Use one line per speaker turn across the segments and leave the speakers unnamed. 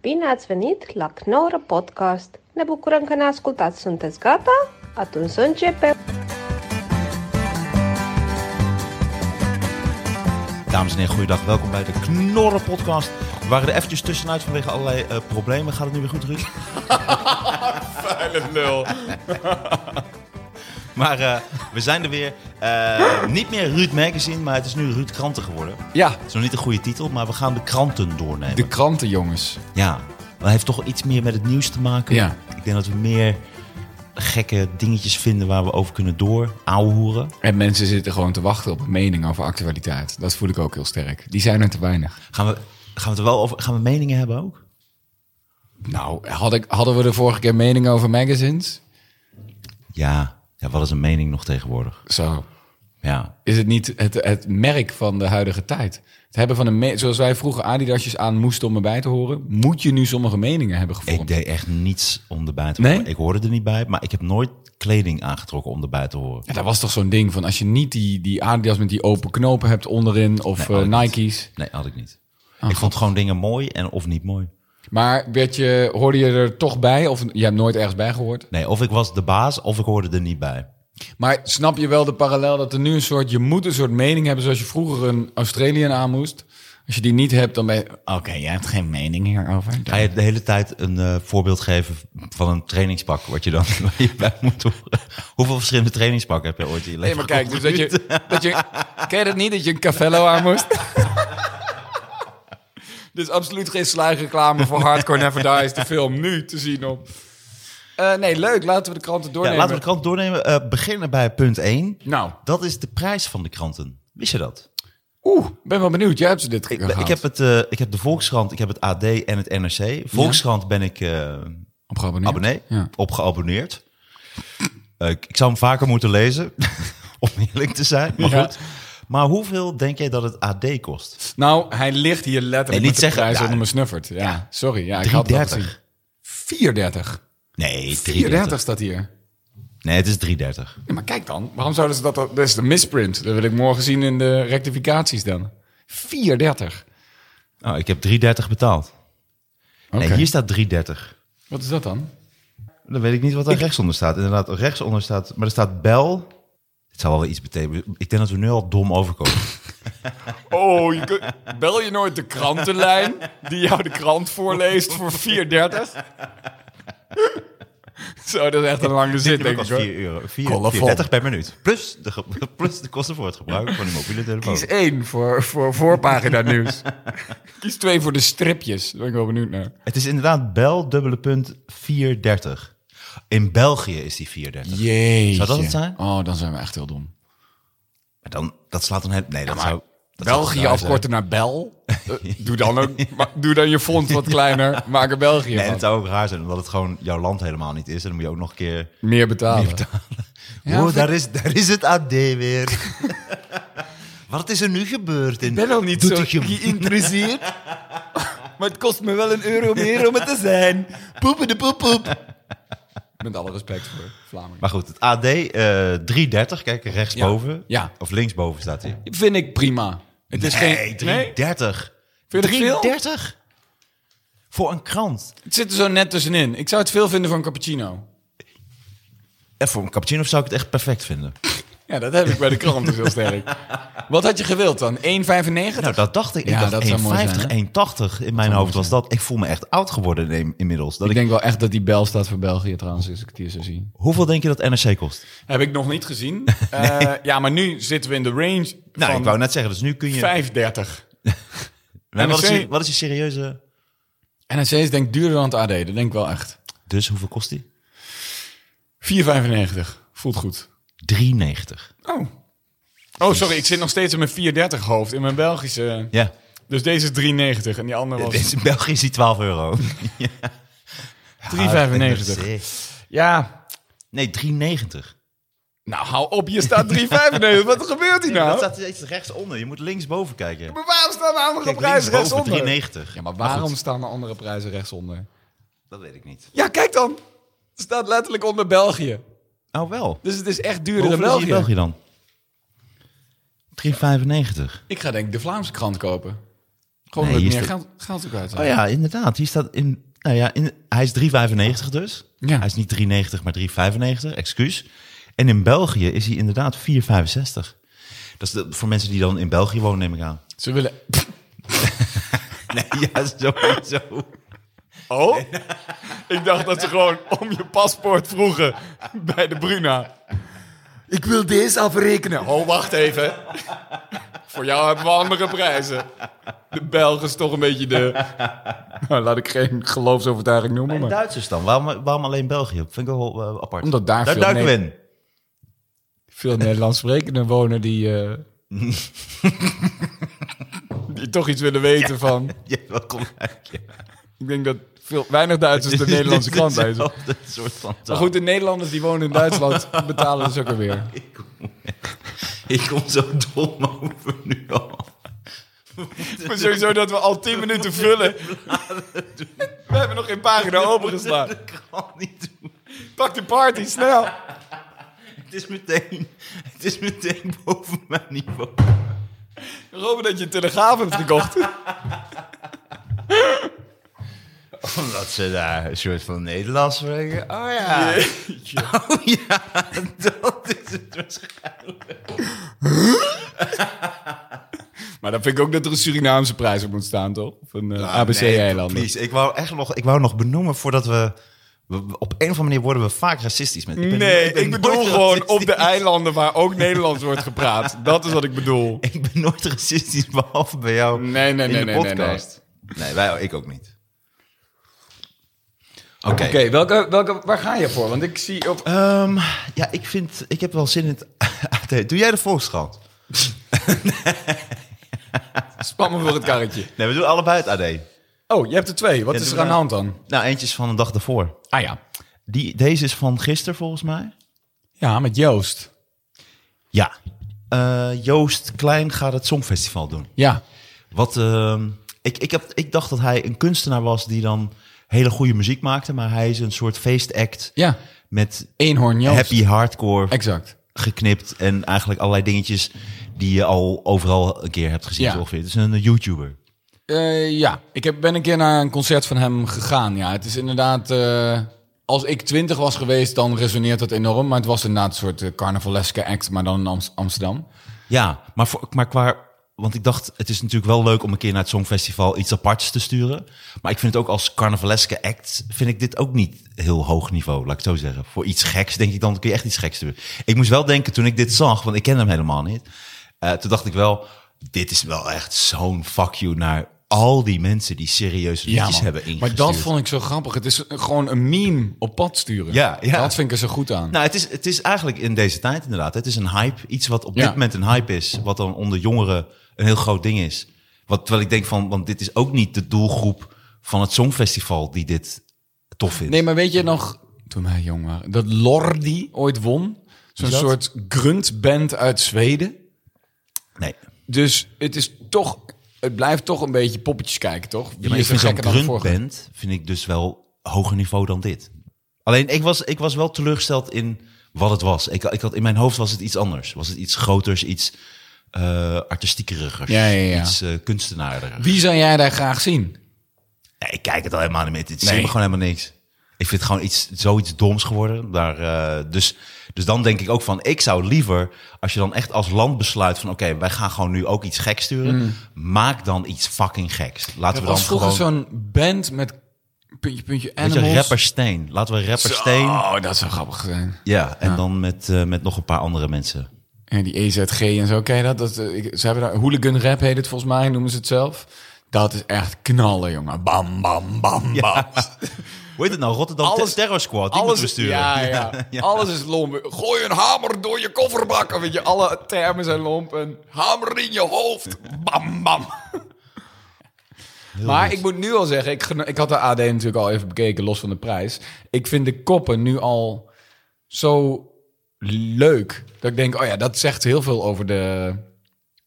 Bine ați venit la Knorr Podcast! Ne bucurăm că ne ascultați! Sunteți gata? Atunci să începem!
Dames en heren, goeiedag. Welkom bij de Knorren Podcast. We waren er eventjes tussenuit vanwege allerlei eh, problemen. Gaat het nu weer goed, Ruud?
Vuile lul.
Maar eh, we zijn er weer. Eh, niet meer Ruud Magazine, maar het is nu Ruud Kranten geworden. Het
Ja,
is nog niet een goede titel, maar we gaan de kranten doornemen.
de kranten, jongens.
Ja, dat heeft toch iets meer met het nieuws te maken.
Ja.
Ik denk dat we meer gekke dingetjes vinden waar we over kunnen door. Ouwehoeren.
En mensen zitten gewoon te wachten op een mening over actualiteit. Dat voel ik ook heel sterk. Die zijn er te weinig.
Gaan we, gaan we het er wel over... Gaan we meningen hebben ook?
Nou, had ik, hadden we de vorige keer mening over magazines?
Ja. Ja, wat is een mening nog tegenwoordig?
Zo.
Ja.
Is het niet het, het merk van de huidige tijd? Het hebben van een me- zoals wij vroeger Adidasjes aan moesten om erbij te horen, moet je nu sommige meningen hebben
Ik
gevormd.
deed echt niets om erbij te
Nee?
horen. Ik hoorde er niet bij, maar ik heb nooit kleding aangetrokken om erbij te horen.
Ja, dat was toch zo'n ding van als je niet die, die Adidas met die open knopen hebt onderin of
Nee,
eh,
had ik niet.
Nike's.
Nee, had ik niet.
Ah,
ik vond gewoon dingen mooi en of niet mooi.
Maar werd je, hoorde je er toch bij of je hebt nooit ergens bij gehoord?
Nee, of ik was de baas of ik hoorde er niet bij.
Maar snap je wel de parallel dat er nu een soort... Je moet een soort mening hebben zoals je vroeger een Australian aan moest. Als je die niet hebt, dan ben je... Oké, jij hebt geen mening hierover.
Ga je de hele tijd een eh, voorbeeld geven van een trainingspak, wat je dan waar je bij moet horen? Hoeveel verschillende trainingspakken heb je ooit in je
Nee,
leven
maar kijk, dus dat
geprobeerd?
je, dat je... Ken je dat niet, dat je een Cavello aan moest? dus absoluut geen sluigreclame voor Hardcore Never Dies, de film nu te zien op... Eh, nee, leuk. Laten we de kranten
Ja,
doornemen.
laten we de krant doornemen. Eh, beginnen bij punt 1.
Nou,
Dat is de prijs van de kranten. Wist je dat?
oeh, ben wel benieuwd. Jij hebt ze dit
Ik,
keer
ik,
gehad.
heb het, eh, ik heb de Volkskrant, ik heb het AD en het NRC. Volkskrant ben ik eh,
op geabonneerd.
abonnee,
Ja.
op geabonneerd. Eh, ik, ik zou hem vaker moeten lezen, om eerlijk te zijn. Maar
Ja.
goed. Maar hoeveel denk jij dat het AD kost?
Nou, hij ligt hier letterlijk
Nee, niet
met de
zeggen,
prijs
ja.
onder mijn snuffert. Ja,
Ja.
sorry. Ja, ik had het al
3,30.
gezien. 4,30.
Nee,
4,30
3,30.
staat hier.
Nee, het is 3,30.
Ja, maar kijk dan. Waarom zouden ze dat... Dat is de misprint. Dat wil ik morgen zien in de rectificaties dan. 4,30.
Oh, ik heb 3,30 betaald.
Oké.
Nee, hier staat 3,30.
Wat is dat dan?
Dan weet ik niet wat er rechtsonder staat. Inderdaad, rechtsonder staat... Maar er staat bel... Het zal wel weer iets betekenen. Ik denk dat we nu al dom overkomen.
Oh, je kunt- bel je nooit de krantenlijn die jou de krant voorleest voor 4,30? Zo, dat is echt een lange zit,
Dit
denk
was
ik.
4
hoor.
euro.
Kolofon.
4,30 per minuut. Plus de, ge- plus de kosten voor het gebruik van uw mobiele telefoon.
Kies één voor, voor voorpagina nieuws. Kies twee voor de stripjes. Daar ben ik wel benieuwd naar.
Het is inderdaad bel, dubbele punt, 430. In België is die 430.
Jeetje.
Zou dat het zijn?
Oh, dan zijn we echt heel dom.
Maar Dan, dat slaat dan... heel- Nee, dat zou... dat zou
België
raar zijn.
afkorten naar Bel. Eh, Doe dan, ook, ma- doe dan je font wat kleiner. Maak er België
Nee,
van.
dat zou ook raar zijn, omdat het gewoon jouw land helemaal niet is. En dan moet je ook nog een keer...
Meer betalen. Ja,
oh,
vind-
daar, is, daar is het AD weer. Wat is er nu gebeurd? In
Ik ben al niet zo
Doetinchem?
geïnteresseerd. maar het kost me wel een euro meer om het te zijn. Poepen de poep poep. Met alle respect voor Vlaanderen.
Maar goed, het AD eh 330, kijk rechtsboven.
Ja.
Of linksboven staat hij.
Vind ik prima. Het is
Nee,
geen...
330.
Vind je dat veel?
330? Voor een krant.
Het zit er zo net tussenin. Ik zou het veel vinden voor een cappuccino.
En Eh, voor een cappuccino zou ik het echt perfect vinden.
Ja, dat heb ik bij de krant dus heel sterk. Wat had je gewild dan? 1,95?
Nou, dat dacht ik. Ik
Ja,
dacht
dat zou mooi
1,50,
zijn, hè?
1,80 in mijn hoofd was dat. Ik voel me echt oud geworden in- inmiddels. Dat ik,
ik denk wel echt dat die bel staat voor België trouwens, als ik het hier zo zie.
hoeveel denk je dat NRC kost?
Heb ik nog niet gezien. Eh, ja, maar nu zitten we in de range
Nou,
van
ik wou net zeggen, dus nu kun je...
5,30.
Nee, wat, is
NRC
je, wat is je serieuze...
NRC is denk ik duurder dan het AD, dat denk ik wel echt.
Dus hoeveel kost die?
4,95. Voelt goed.
3,90.
Oh. Oh, sorry, ik zit nog steeds in mijn 4,30 hoofd. In mijn Belgische...
Ja.
Dus deze is 3,90 en die andere was 3,95.
In België is die 12 euro. Ah, Ja.
Ah, Ja.
Nee, 3,90.
Nou, hou op, je staat 3,95. Wat gebeurt hier
Dat
nou?
staat iets rechtsonder. Je moet linksboven kijken.
Maar waarom staan de andere
Kijk,
prijzen
linksboven,
rechtsonder?
3,90.
Ja, maar waarom staan de andere prijzen rechtsonder?
Dat weet ik niet.
Ja, kijk dan. Het staat letterlijk onder België.
Oh, wel.
Dus het is echt duurder
Hoeveel
dan
is die
België.
in België dan? 3,95.
Ik ga denk ik de Vlaamse krant kopen. Gewoon
Nee,
omdat
hier
meer geld, geld ook uit.
Oh ja, inderdaad. Hier staat in. Nou ja, in, hij is 3,95 dus.
Ja.
Hij is niet 3,90, maar 3,95. Excuus. En in België is hij inderdaad 4,65. Dat is de- voor mensen die dan in België wonen, neem ik aan.
Ze willen...
Nee, ja, sowieso.
Oh? ik dacht dat ze gewoon om je paspoort vroegen bij de Bruna. Ik wil deze afrekenen. Oh, wacht even. Voor jou hebben we andere prijzen. De Belg is toch een beetje de... Nou, laat ik geen geloofsovertuiging noemen,
En
maar...
Duitsers dan? Waarom, waarom alleen België? Vind ik wel eh, apart.
Omdat daar
Daar
veel
duiken we
Ne-
in.
Veel Nederlands sprekenden wonen die... eh, die toch iets willen weten van...
Ja, welkom. Ja.
Ik denk dat veel, weinig Duitsers de Nederlandse klant lezen.
Hetzelfde soort van taal.
Maar goed, de Nederlanders die wonen in Duitsland betalen dus ook alweer.
Ik kom, ik kom zo dom over nu al.
Maar sowieso dat we al 10 minuten vullen. We hebben nog geen pagina opengeslaan.
Dat kan niet doen.
Pak de party, snel.
Het is meteen, het is meteen boven mijn niveau.
Robin dat je een telegraaf hebt gekocht.
Omdat ze daar een soort van Nederlands spreken. Oh ja. Oh ja, dat is het waarschijnlijk.
Maar dan vind ik ook dat er een Surinaamse prijs op moet staan, toch? eh, Van ABC-eilanden.
please. Ik wou echt nog, ik wou nog benoemen voordat we, we- we- Op een of andere manier worden we vaak racistisch. Met, ik ben-
nee, ik,
ben
bedoel
nooit
gewoon
racistisch.
op de eilanden waar ook Nederlands wordt gepraat. Dat is wat ik bedoel.
Ik ben nooit racistisch, behalve bij jou
Nee, nee,
in
nee,
de
nee, nee,
podcast. Nee, wij, ik ook niet. Oké.
welke, welke, waar ga je voor? Want ik zie... Op...
Ehm, ja, ik vind... Ik heb wel zin in het... Nee, Doe jij de Volkskrant?
Span me voor het karretje.
Nee, we doen allebei het AD.
Oh, je hebt er twee. Wat
Ja,
is
doe
er aan de
maar.
hand dan?
Nou, eentje is van een dag ervoor.
Ah ja.
Die, deze is van gisteren, volgens mij.
Ja, met Joost.
Ja. Eh, Joost Klein gaat het Songfestival doen.
Ja.
Wat, ehm, ik, ik, heb, ik dacht dat hij een kunstenaar was die dan hele goede muziek maakte. Maar hij is een soort feestact
Ja.
met
Eenhoorn Joost.
happy hardcore
Exact.
geknipt. En eigenlijk allerlei dingetjes die je al overal een keer hebt gezien.
Ja.
zo ongeveer. Het is een YouTuber.
Eh, ja, ik heb, ben een keer naar een concert van hem gegaan. Ja, het is inderdaad. eh, als ik twintig was geweest, dan resoneert dat enorm. Maar het was inderdaad een soort eh, carnavaleske act, maar dan in Ams- Amsterdam.
Ja, maar, voor, maar qua... Want ik dacht, het is natuurlijk wel leuk om een keer naar het Songfestival iets aparts te sturen. Maar ik vind het ook als carnavaleske act, vind ik dit ook niet heel hoog niveau, laat ik het zo zeggen. Voor iets geks denk ik dan, kun je echt iets geks doen. Ik moest wel denken toen ik dit zag, want ik ken hem helemaal niet. eh, toen dacht ik wel, dit is wel echt zo'n fuck you naar al die mensen die serieuze
Ja,
liedjes
man.
hebben ingestuurd.
maar dat vond ik zo grappig. Het is gewoon een meme op pad sturen.
Ja, ja.
Dat vind ik er zo goed aan.
Nou, het is, het is eigenlijk in deze tijd inderdaad. Het is een hype. Iets wat op
Ja.
dit moment een hype is. Wat dan onder jongeren een heel groot ding is. Wat, terwijl ik denk van, want dit is ook niet de doelgroep van het Songfestival die dit tof vindt.
Nee, maar weet je nog, toen wij jong waren, dat Lordi ooit won? Zo'n
dat?
soort gruntband uit Zweden.
Nee.
Dus het is toch, het blijft toch een beetje poppetjes kijken, toch? Wie
Ja, maar ik
is er
vind zo'n
gekker dan de vorige?
gruntband vind ik dus wel hoger niveau dan dit. Alleen, ik was, ik was wel teleurgesteld in wat het was. Ik, ik had, in mijn hoofd was het iets anders. Was het iets groters, iets eh artistiekerigers.
Ja, ja, ja.
Iets eh kunstenaarder.
Wie zou jij daar graag zien?
Nee, ik kijk het al helemaal niet meer. Het is
Nee.
me gewoon helemaal niks. Ik vind het gewoon iets, zoiets doms geworden. Daar, eh, dus, dus dan denk ik ook van, ik zou liever, als je dan echt als land besluit van, oké, wij gaan gewoon nu ook iets geks sturen. Maak dan iets fucking geks. Laten
Er
we dan
was Mm. vroeger
gewoon,
zo'n band met puntje, puntje,
weet je,
animals.
rapper Steen. Laten we rapper Steen.
Oh, dat zou grappig zijn.
Ja, en dan met, eh, met nog een paar andere mensen.
En die EZG en zo, ken je dat? dat eh, ik- ze hebben daar, hooligan rap heet het volgens mij, noemen ze het zelf. Dat is echt knallen, jongen. Bam, bam, bam, bam.
Hoe heet het nou? Rotterdam
Alles-
Terror Squad. Die moeten we sturen.
Ja, ja. Alles is lomp. Gooi een hamer door je kofferbak. Weet je, alle termen zijn lomp. En hamer in je hoofd. Bam, bam. maar ik moet nu al zeggen, ik, geno- ik had de AD natuurlijk al even bekeken, los van de prijs. Ik vind de koppen nu al zo leuk. Dat ik denk, oh ja, dat zegt heel veel over de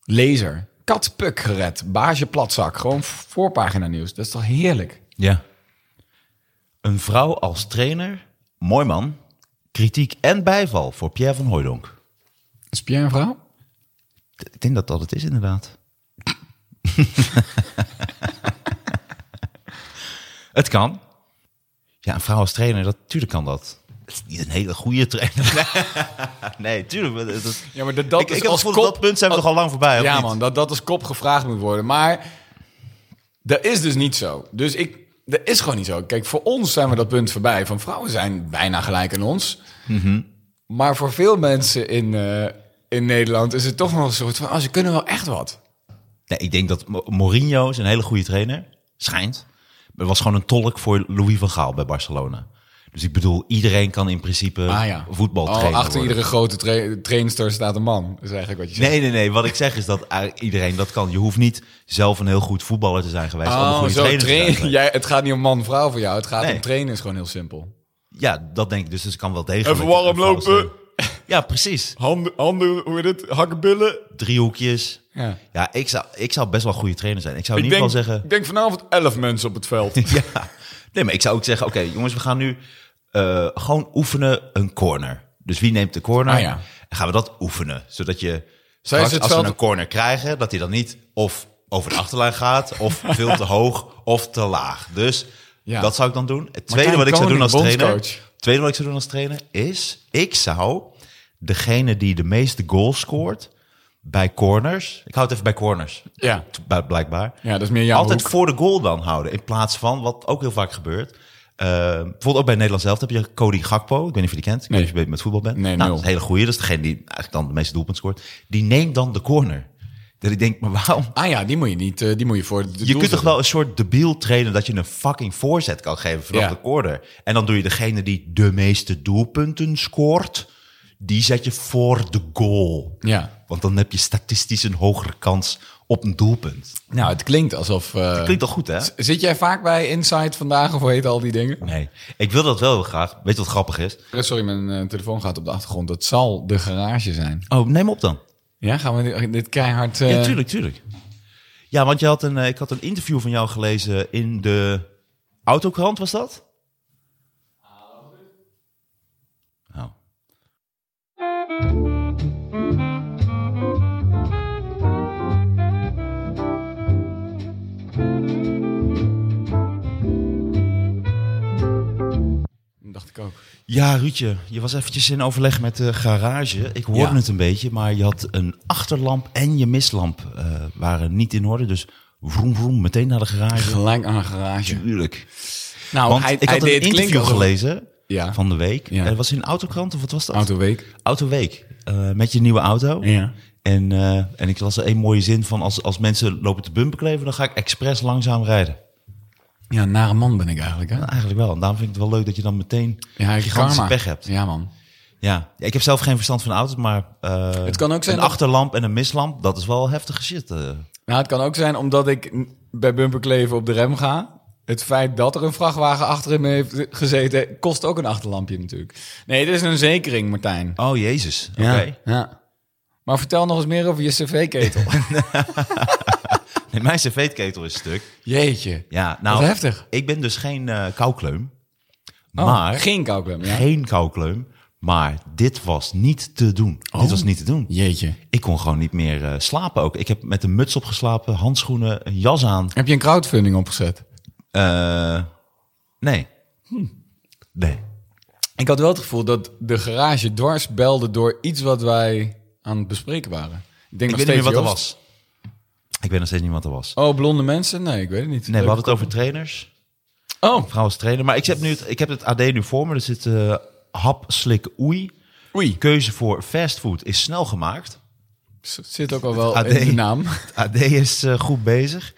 lezer. Katpuk gered, baasje platzak. Gewoon voorpagina nieuws. Dat is toch heerlijk?
Ja. Een vrouw als trainer. Mooi man. Kritiek en bijval voor Pierre van Hooijdonk.
Is Pierre een vrouw?
Ik denk dat dat het is, inderdaad. Het kan. Ja, een vrouw als trainer, dat, tuurlijk kan dat. Het is niet een hele goede trainer. nee, tuurlijk. maar Dat, dat-
Ja, maar dat, dat
ik,
is
ik heb het
als
gevoel
kop...
dat dat punt zijn we toch al lang voorbij, of
ja,
niet?
man, dat, dat als kop gevraagd moet worden. Maar dat is dus niet zo. Dus ik, dat is gewoon niet zo. Kijk, voor ons zijn we dat punt voorbij. Van vrouwen zijn bijna gelijk aan ons.
Mhm.
Maar voor veel mensen in, eh, in Nederland is het toch nog een soort van... Oh, ze kunnen wel echt wat.
Nee, ik denk dat Mo- Mourinho is een hele goede trainer. Schijnt. Maar was gewoon een tolk voor Louis van Gaal bij Barcelona. Dus ik bedoel, iedereen kan in principe
Ah ja.
voetbal
Al
trainen.
achter
worden.
iedere grote tra trainster staat een man. Is eigenlijk wat je zegt.
Nee, nee, nee. Wat ik zeg is dat eigenlijk iedereen dat kan. Je hoeft niet zelf een heel goed voetballer te zijn geweest. om een
Oh,
goede
zo
trainer te zijn
trainen.
geweest.
Jij, het gaat niet om man-vrouw voor jou. Het gaat
Nee.
om trainen is gewoon heel simpel.
Ja, dat denk ik. Dus het kan wel degelijk.
Even warm
een vrouw zijn.
lopen.
Ja, precies.
Handen, handen hoe heet het? Hakkenbillen.
Driehoekjes.
Ja.
Ja, ik zou, ik zou best wel een goede trainer zijn. Ik zou in ieder geval zeggen...
ik denk vanavond 11 mensen op het veld.
Ja, nee, maar ik zou ook zeggen: oké, jongens, we gaan nu eh, gewoon oefenen een corner. Dus wie neemt de corner?
Ah, ja.
En gaan we dat oefenen, zodat je
Zij
straks,
is het
als
veld-
we een corner krijgen, dat hij dan niet of over de achterlijn gaat, of veel te hoog, of te laag. Dus
Ja.
dat zou ik dan doen. Het tweede
Martijn
wat ik zou doen als
Koning,
trainer,
bondscoach.
tweede wat ik zou doen als trainer is, ik zou degene die de meeste goals scoort bij corners, ik hou het even bij corners,
Ja.
bl- blijkbaar.
Ja, dat is meer jouw
Altijd
hoek.
voor de goal dan houden. In plaats van, wat ook heel vaak gebeurt. eh, bijvoorbeeld ook bij Nederland zelf heb je Cody Gakpo. Ik weet niet of je die kent. Ik weet
Nee.
niet of je met voetbal bent.
Nee,
nou,
nul.
dat is een hele goeie. Dat is degene die eigenlijk dan de meeste doelpunten scoort. Die neemt dan de corner. Dat ik denk, maar waarom?
Ah ja, die moet je niet. eh, die moet je voor. het
Je
doel
kunt toch
zetten.
wel een soort debiel trainen dat je een fucking voorzet kan geven vanaf
Ja.
de corner. En dan doe je degene die de meeste doelpunten scoort, die zet je voor de goal.
Ja.
Want dan heb je statistisch een hogere kans op een doelpunt.
Nou, het klinkt alsof. eh,
Klinkt toch goed, hè?
z- Zit jij vaak bij Insight vandaag of hoe heet al die dingen?
Nee, ik wil dat wel heel graag. Weet je wat grappig is?
Sorry, mijn eh, telefoon gaat op de achtergrond. Dat zal de garage zijn.
Oh, neem op dan.
Ja, gaan we dit, dit keihard. eh,
Ja, tuurlijk, tuurlijk. Ja, want je had een, eh, ik had een interview van jou gelezen in de Autokrant, was dat? Oh.
Dacht ik ook.
Ja, Ruudje, je was eventjes in overleg met de garage. Ik hoorde
Ja.
het een beetje, maar je had een achterlamp en je mislamp eh, waren niet in orde. Dus vroom, vroom, meteen naar de garage.
Gelijk aan een garage.
Tuurlijk.
Nou,
Want ik had een
het klinkt
interview
alsof-
gelezen
Ja.
van de week.
Ja.
Eh, was in een autokrant of wat was dat?
Autoweek.
Autoweek. eh, met je nieuwe auto.
Ja.
En, eh, en ik las er één mooie zin van... Als, als mensen lopen te bumperkleven, dan ga ik expres langzaam rijden.
Ja, een nare man ben ik eigenlijk. Hè?
Nou, eigenlijk wel. En daarom vind ik het wel leuk dat je dan meteen
Ja,
gigantische
karma.
pech hebt.
Ja, man.
Ja. Ja, ik heb zelf geen verstand van auto's, maar... eh,
Het kan ook zijn
Een
dat-
achterlamp en een mislamp, dat is wel heftige shit. eh.
Nou, het kan ook zijn omdat ik n- bij bumperkleven op de rem ga. Het feit dat er een vrachtwagen achter hem heeft gezeten, kost ook een achterlampje natuurlijk. Nee, dit is een zekering, Martijn.
Oh, jezus. Oké.
Ja, ja. Maar vertel nog eens meer over je cv-ketel.
Nee, mijn cv-ketel is stuk.
Jeetje.
Ja, nou...
Wat heftig.
Ik ben dus geen eh koukleum.
Oh,
maar...
Geen kouklem, ja?
geen koukleum. Maar dit was niet te doen.
Oh.
Dit was niet te doen.
Jeetje.
Ik kon gewoon niet meer eh, slapen ook. Ik heb met een muts opgeslapen, handschoenen, een jas aan.
Heb je een crowdfunding opgezet?
Eh, nee.
Hmm.
Nee.
Ik had wel het gevoel dat de garage dwars belde door iets wat wij aan het bespreken waren. Ik denk
Ik
nog
weet niet meer wat
steeds
er
Joost.
was. Ik weet nog steeds niet wat er was.
Oh, blonde mensen? Nee, ik weet het niet.
Nee, we hadden het over trainers.
Oh,
Vrouw als trainer. Maar ik heb, nu het, ik heb het AD nu voor me. Er zit eh, hap, slik, oei.
oei.
Keuze voor fastfood is snel gemaakt.
Zit ook al wel
AD.
in de naam.
Het AD is eh, goed bezig.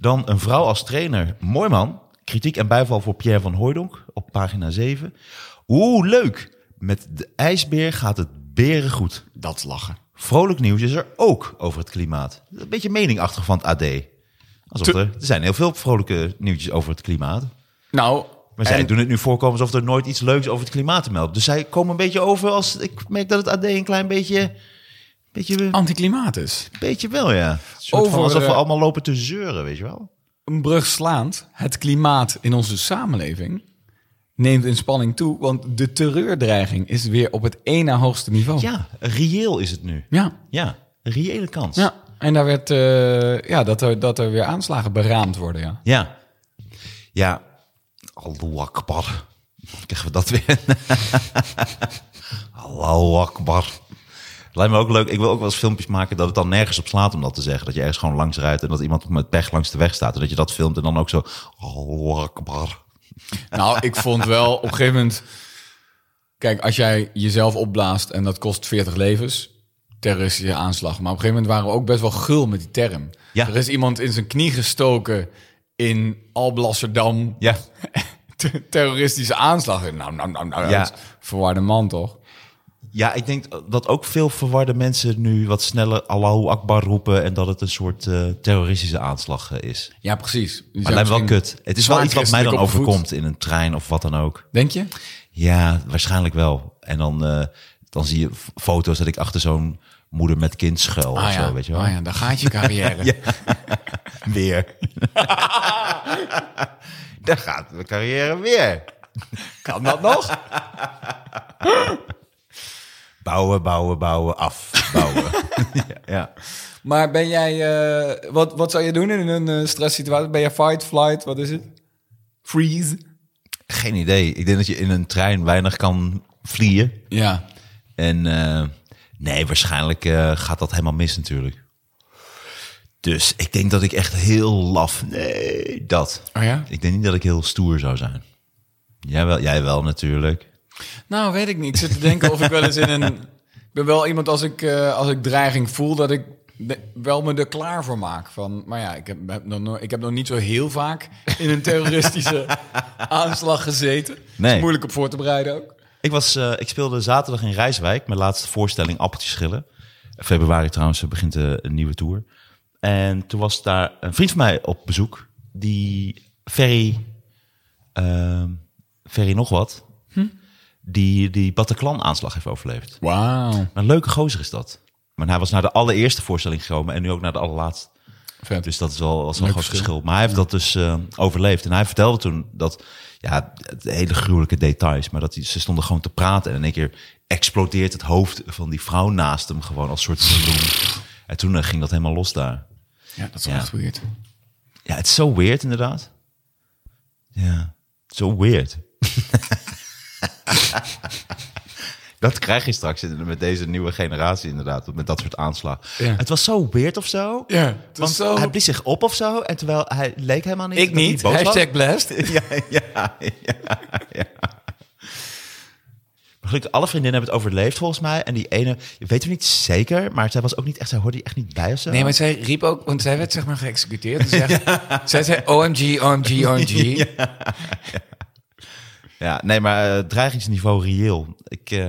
Dan een vrouw als trainer. Mooi man. Kritiek en bijval voor Pierre van Hooijdonk op pagina 7. Oeh, leuk. Met de ijsbeer gaat het beren goed.
Dat is lachen.
Vrolijk nieuws is er ook over het klimaat. Een beetje meningachtig van het AD. Alsof er, er zijn heel veel vrolijke nieuwtjes over het klimaat.
Nou,
Maar zij doen het nu voorkomen alsof er nooit iets leuks over het klimaat te melden. Dus zij komen een beetje over als... Ik merk dat het AD een klein beetje... beetje
anticlimaat is.
Beetje wel, ja. Een soort
Over,
van alsof we
eh,
allemaal lopen te zeuren, weet je wel.
Een brug slaand, het klimaat in onze samenleving neemt in spanning toe, want de terreurdreiging is weer op het één na hoogste niveau.
Ja, reëel is het nu.
Ja.
Ja, een reële kans.
ja. En daar werd, eh, ja, dat er, dat er weer aanslagen beraamd worden, ja.
Ja. Ja. Allahu Akbar. Krijgen we dat weer? Allahu Akbar. Lijkt me ook leuk. Ik wil ook wel eens filmpjes maken dat het dan nergens op slaat om dat te zeggen. Dat je ergens gewoon langs rijdt en dat iemand met pech langs de weg staat. En dat je dat filmt en dan ook zo... Allahu Akbar.
Nou, ik vond wel op een gegeven moment. Kijk, als jij jezelf opblaast en dat kost 40 levens, terroristische aanslag. Maar op een gegeven moment waren we ook best wel gul met die term.
Ja.
Er is iemand in zijn knie gestoken in Alblasserdam.
Ja,
Te- terroristische aanslag. Nou, nou, nou, nou.
Ja.
dat is een Verwarde man toch?
ja, ik denk dat ook veel verwarde mensen nu wat sneller Allahu Akbar roepen. En dat het een soort eh, terroristische aanslag eh, is.
Ja, precies. Die
Maar het
zijn
lijkt me wel
misschien
kut. Het is wel
zwaar
iets wat mij dan
christelijk opgevoed.
overkomt in een trein of wat dan ook.
Denk je?
Ja, waarschijnlijk wel. En dan, eh, dan zie je f- foto's dat ik achter zo'n moeder met kind schuil of zo, weet je wel.
Ah ja, daar gaat je carrière.
Weer. Daar gaat mijn carrière weer.
Kan dat nog?
Bouwen, bouwen, bouwen, af. Bouwen. ja, ja.
Maar ben jij, eh, wat, wat zou je doen in een eh, stresssituatie? Ben je fight, flight, wat is het? Freeze?
Geen idee. Ik denk dat je in een trein weinig kan vliegen.
Ja.
En eh, nee, waarschijnlijk eh, gaat dat helemaal mis natuurlijk. Dus ik denk dat ik echt heel laf... Nee, dat.
Oh ja?
Ik denk niet dat ik heel stoer zou zijn. Jij wel, jij wel natuurlijk.
Nou, weet ik niet. Ik zit te denken of ik wel eens in een... Ik ben wel iemand, als ik, eh, als ik dreiging voel, dat ik de- wel me er klaar voor maak. Van, maar ja, ik heb, heb nog, nooit- ik heb nog niet zo heel vaak in een terroristische aanslag gezeten.
Nee.
is moeilijk op voor te bereiden ook.
Ik, was, eh, ik speelde zaterdag in Rijswijk, mijn laatste voorstelling Appeltjes Schillen. Februari trouwens begint eh, een nieuwe tour. En toen was daar een vriend van mij op bezoek, die Ferry, ehm, Ferry nog wat, die die Bataclan aanslag heeft overleefd.
Wauw.
Een leuke gozer is dat. Maar hij was naar de allereerste voorstelling gekomen en nu ook naar de allerlaatste.
Vet.
Dus dat is wel, was wel
Leuk
een groot
verschil.
verschil. Maar hij heeft dat dus eh, overleefd. En hij vertelde toen dat, ja, het hele gruwelijke details, maar dat die, ze stonden gewoon te praten. En in één keer explodeert het hoofd van die vrouw naast hem gewoon als soort saloon. En toen eh, ging dat helemaal los daar.
ja, dat is
Ja.
echt weird.
Ja, het is zo weird inderdaad. Ja, zo weird. dat krijg je straks in- met deze nieuwe generatie inderdaad, met dat soort aanslagen.
Ja.
Het was zo weird of zo.
Ja, het was
Want
zo-
hij blies zich op of zo, en terwijl hij leek helemaal niet...
Ik
dat hij
niet.
boos was.
Hashtag blessed.
ja, ja, ja, ja. Maar gelukkig, alle vriendinnen hebben het overleefd volgens mij. En die ene, je weet het niet zeker, maar zij was ook niet echt, zij hoorde die echt niet bij of zo.
Nee, maar zij riep ook, want zij werd zeg maar geëxecuteerd. Dus zij, zij zei OMG, OMG, OMG.
Ja, nee, maar eh, dreigingsniveau reëel. Ik, eh,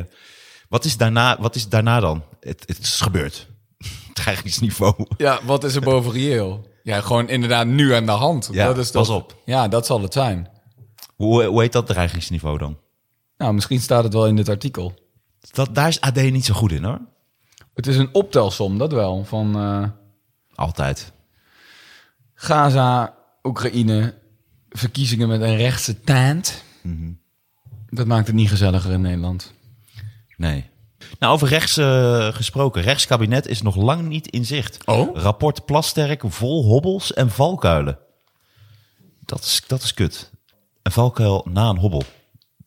wat, is daarna, wat is daarna dan? Het, het is gebeurd. dreigingsniveau.
Ja, wat is er boven reëel? Ja, gewoon inderdaad nu aan de hand.
Ja,
dat is
pas
toch-
op.
Ja, dat zal het zijn.
Hoe, hoe heet dat dreigingsniveau dan?
Nou, misschien staat het wel in dit artikel.
Dat, daar is AD niet zo goed in hoor.
Het is een optelsom, dat wel. Van eh,
Altijd.
Gaza, Oekraïne, verkiezingen met een rechtse taant.
Mhm.
Dat maakt het niet gezelliger in Nederland.
Nee. Nou, over rechts eh, gesproken. Rechtskabinet is nog lang niet in zicht.
Oh?
Rapport Plasterk vol hobbels en valkuilen. Dat is, dat is kut. Een valkuil na een hobbel.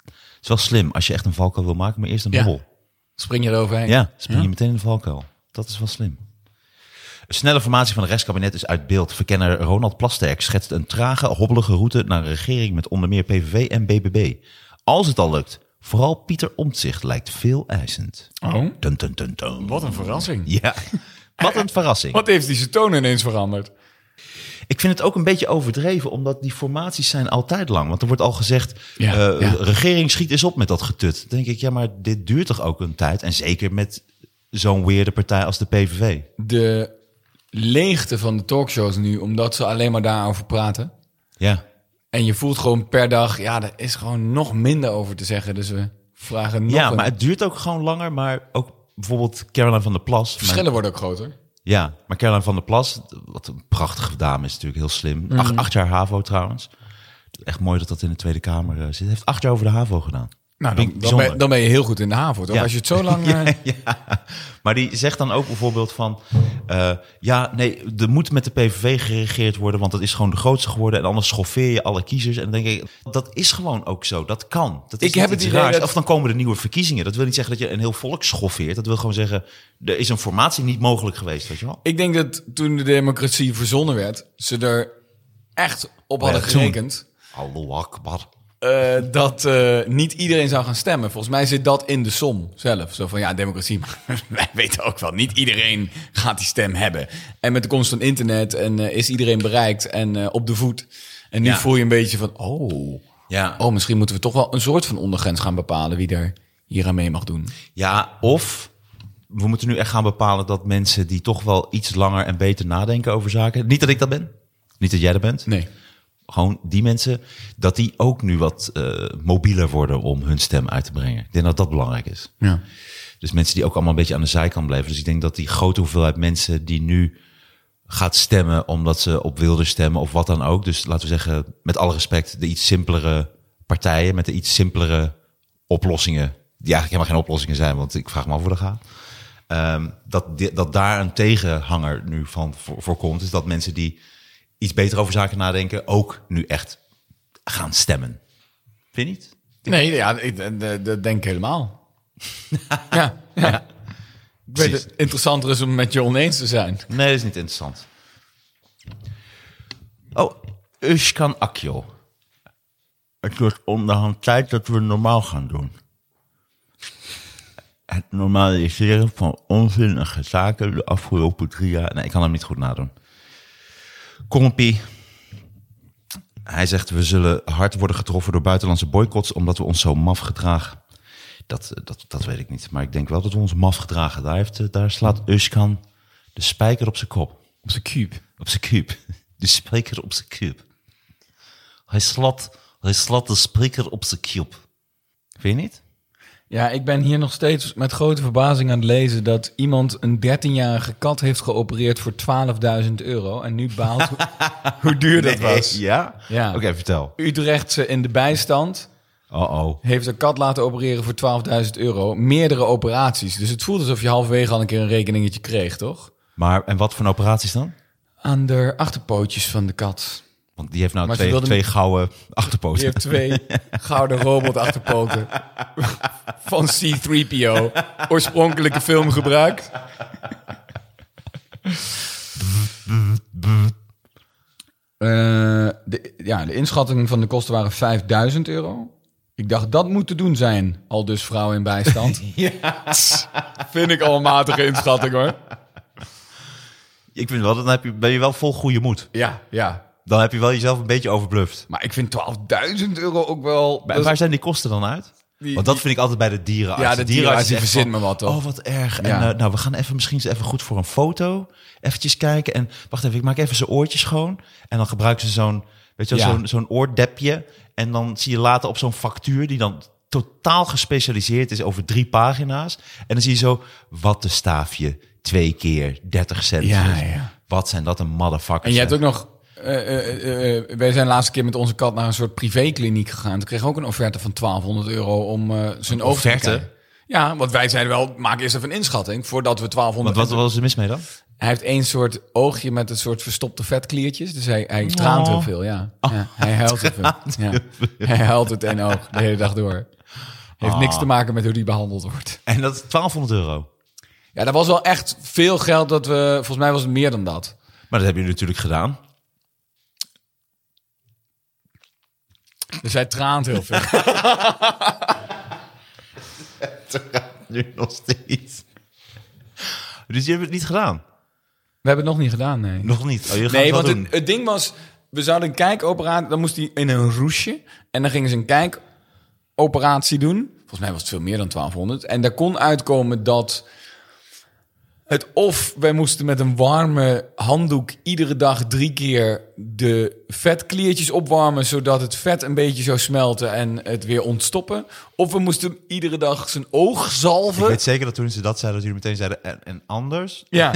Het is wel slim als je echt een valkuil wil maken, maar eerst een
Ja.
hobbel.
Spring je eroverheen?
Ja, spring je meteen in de valkuil. Dat is wel slim. Een snelle formatie van het restkabinet is uit beeld. Verkenner Ronald Plasterk schetst een trage, hobbelige route naar een regering met onder meer PVV en BBB. Als het al lukt, vooral Pieter Omtzigt lijkt veel eisend.
Oh,
Dun, dun, dun, dun.
wat een verrassing.
Ja, wat een verrassing.
Wat heeft die zijn toon ineens veranderd?
Ik vind het ook een beetje overdreven, omdat die formaties zijn altijd lang. Want er wordt al gezegd,
Ja,
eh,
ja.
regering schiet eens op met dat getut. Dan denk ik, ja, maar dit duurt toch ook een tijd? En zeker met zo'n weerde partij als de PVV.
De leegte van de talkshows nu, omdat ze alleen maar daarover praten.
Ja.
En je voelt gewoon per dag, ja, er is gewoon nog minder over te zeggen. Dus we vragen nog
Ja,
een-
maar het duurt ook gewoon langer. Maar ook bijvoorbeeld Caroline van der Plas. mijn-
Verschillen worden ook groter.
ja, maar Caroline van der Plas, wat een prachtige dame is natuurlijk, heel slim. Ach- acht jaar HAVO trouwens. Echt mooi dat dat in de Tweede Kamer eh, zit. Heeft acht jaar over de HAVO gedaan.
Nou,
Vind
dan,
ik
dan, ben,
bijzonder.
dan ben je heel goed in de haven, toch?
Ja.
Als je het zo lang... eh,
ja. Maar die zegt dan ook bijvoorbeeld van... eh, ja, nee, er moet met de PVV geregeerd worden... want dat is gewoon de grootste geworden... en anders schoffeer je alle kiezers. En dan denk ik, dat is gewoon ook zo. Dat kan. Dat is
Ik
niet
heb het
iets
idee
raars.
dat-
Of dan komen er nieuwe verkiezingen. Dat wil niet zeggen dat je een heel volk schoffeert. Dat wil gewoon zeggen... er is een formatie niet mogelijk geweest, weet je wel.
Ik denk dat toen de democratie verzonnen werd, ze er echt op hadden
Ja, toen.
gerekend
Allahu akbar.
eh, dat eh, niet iedereen zou gaan stemmen. Volgens mij zit dat in de som zelf. Zo van ja, democratie. maar wij weten ook wel, niet iedereen gaat die stem hebben. En met de komst van internet en eh, is iedereen bereikt en eh, op de voet. En nu
Ja.
voel je een beetje van oh,
Ja.
oh, misschien moeten we toch wel een soort van ondergrens gaan bepalen wie er hier aan mee mag doen.
Ja, of we moeten nu echt gaan bepalen dat mensen die toch wel iets langer en beter nadenken over zaken. Niet dat ik dat ben. Niet dat jij dat bent.
Nee.
Gewoon die mensen, dat die ook nu wat eh, mobieler worden om hun stem uit te brengen. Ik denk dat dat belangrijk is.
Ja.
Dus mensen die ook allemaal een beetje aan de zijkant blijven. Dus ik denk dat die grote hoeveelheid mensen die nu gaat stemmen omdat ze op wilde stemmen of wat dan ook. Dus laten we zeggen, met alle respect, de iets simpelere partijen met de iets simpelere oplossingen. Die eigenlijk helemaal geen oplossingen zijn, want ik vraag me af hoe dat gaat. Ehm, dat, di- dat daar een tegenhanger nu van voor, voor komt. Is dat mensen die iets beter over zaken nadenken ook nu echt gaan stemmen. Vind je niet?
Nee, ja, ik, eh, dat- dat denk ik helemaal. ja, ja. Ik weet
Precies.
het interessanter is om het met je oneens te zijn.
Nee, dat is niet interessant. Oh, Uskan Akio. Het wordt onderhand tijd dat we normaal gaan doen. Het normaliseren van onzinnige zaken de afgelopen drie jaar... Nee, ik kan hem niet goed nadoen. Kompie. Hij zegt, we zullen hard worden getroffen door buitenlandse boycotts... omdat we ons zo maf gedragen. Dat, eh, dat, dat weet ik niet. Maar ik denk wel dat we ons maf gedragen. Daar, heeft, eh, daar slaat Uskan de spijker op zijn kop.
Op zijn cube.
Op zijn kuub. De spijker op zijn kuub. Hij slaat, hij slaat de spijker op zijn kuub. Vind je niet?
Ja, ik ben hier nog steeds met grote verbazing aan het lezen dat iemand een 13-jarige kat heeft geopereerd voor 12.000 euro. En nu baalt hoe, hoe duur dat was.
Ja?
Ja.
Oké, vertel.
Utrechtse in de bijstand
Oh-oh.
heeft een kat laten opereren voor 12.000 euro. Meerdere operaties. Dus het voelt alsof je halverwege al een keer een rekeningetje kreeg, toch?
Maar, en wat voor operaties dan?
Aan de achterpootjes van de kat.
Want die heeft nou
Maar ze
twee,
wilden-
twee gouden
Je
achterpoten.
hebt twee gouden robotachterpoten van C-3PO. Oorspronkelijke film gebruikt. Eh, de, ja, de inschatting van de kosten waren 5000 euro. Ik dacht, dat moet te doen zijn, al dus vrouwen in bijstand. Tss, Vind ik al een matige inschatting hoor.
Ik vind wel, dan heb je, ben je wel vol goede moed.
Ja, ja.
Dan heb je wel jezelf een beetje overbluft.
Maar ik vind 12.000 euro ook wel...
Maar
dat is-
waar zijn die kosten dan uit?
Die-
Want dat vind ik altijd bij de dierenarts.
Ja, de dierenarts die
is echt
verzint
van,
me wat, toch?
Oh, wat erg. En
Ja.
eh, nou, we gaan even misschien eens even goed voor een foto. Eventjes kijken. En wacht even, ik maak even zijn oortjes schoon. En dan gebruiken ze zo'n, weet je wel,
Ja.
zo'n, zo'n oordepje. En dan zie je later op zo'n factuur die dan totaal gespecialiseerd is over drie pagina's. En dan zie je zo, wat een staafje, twee keer 30 cent. Dus
Ja, ja.
Wat zijn dat een motherfuckers.
En jij hebt
hè?
ook nog. eh, eh, eh, wij zijn de laatste keer met onze kat naar een soort privékliniek gegaan. Toen kreeg ik ook een offerte van 1200 euro om eh, zijn oog te
offerte?
bekijken. Ja, want wij zeiden wel, maak eerst even een inschatting voordat we 1200...
Want wat, wat is er mis mee dan?
Hij heeft één soort oogje met een soort verstopte vetkliertjes. Dus hij, hij traant
Oh.
heel veel, ja. ja hij huilt het. Ja. Hij huilt het één oog de hele dag door. Heeft
Ah.
niks te maken met hoe die behandeld wordt.
En dat is 1200 euro.
Ja, dat was wel echt veel geld dat we... Volgens mij was het meer dan dat.
Maar dat hebben jullie natuurlijk gedaan.
Dus hij traant heel veel.
Nu nog steeds. Dus je hebt het niet gedaan?
We hebben het nog niet gedaan, nee.
Nog niet. Oh, jullie gaan
Nee,
het
want
wel
het,
doen.
het ding was, we zouden een kijkoperatie, dan moest hij in een roesje. En dan gingen ze een kijkoperatie doen. Volgens mij was het veel meer dan 1200. En daar kon uitkomen dat het of wij moesten met een warme handdoek iedere dag drie keer de vetkliertjes opwarmen zodat het vet een beetje zou smelten en het weer ontstoppen. Of we moesten hem iedere dag zijn oog
Ik
zalven.
weet zeker dat toen ze dat zeiden, dat jullie meteen zeiden, en, en anders?
Ja.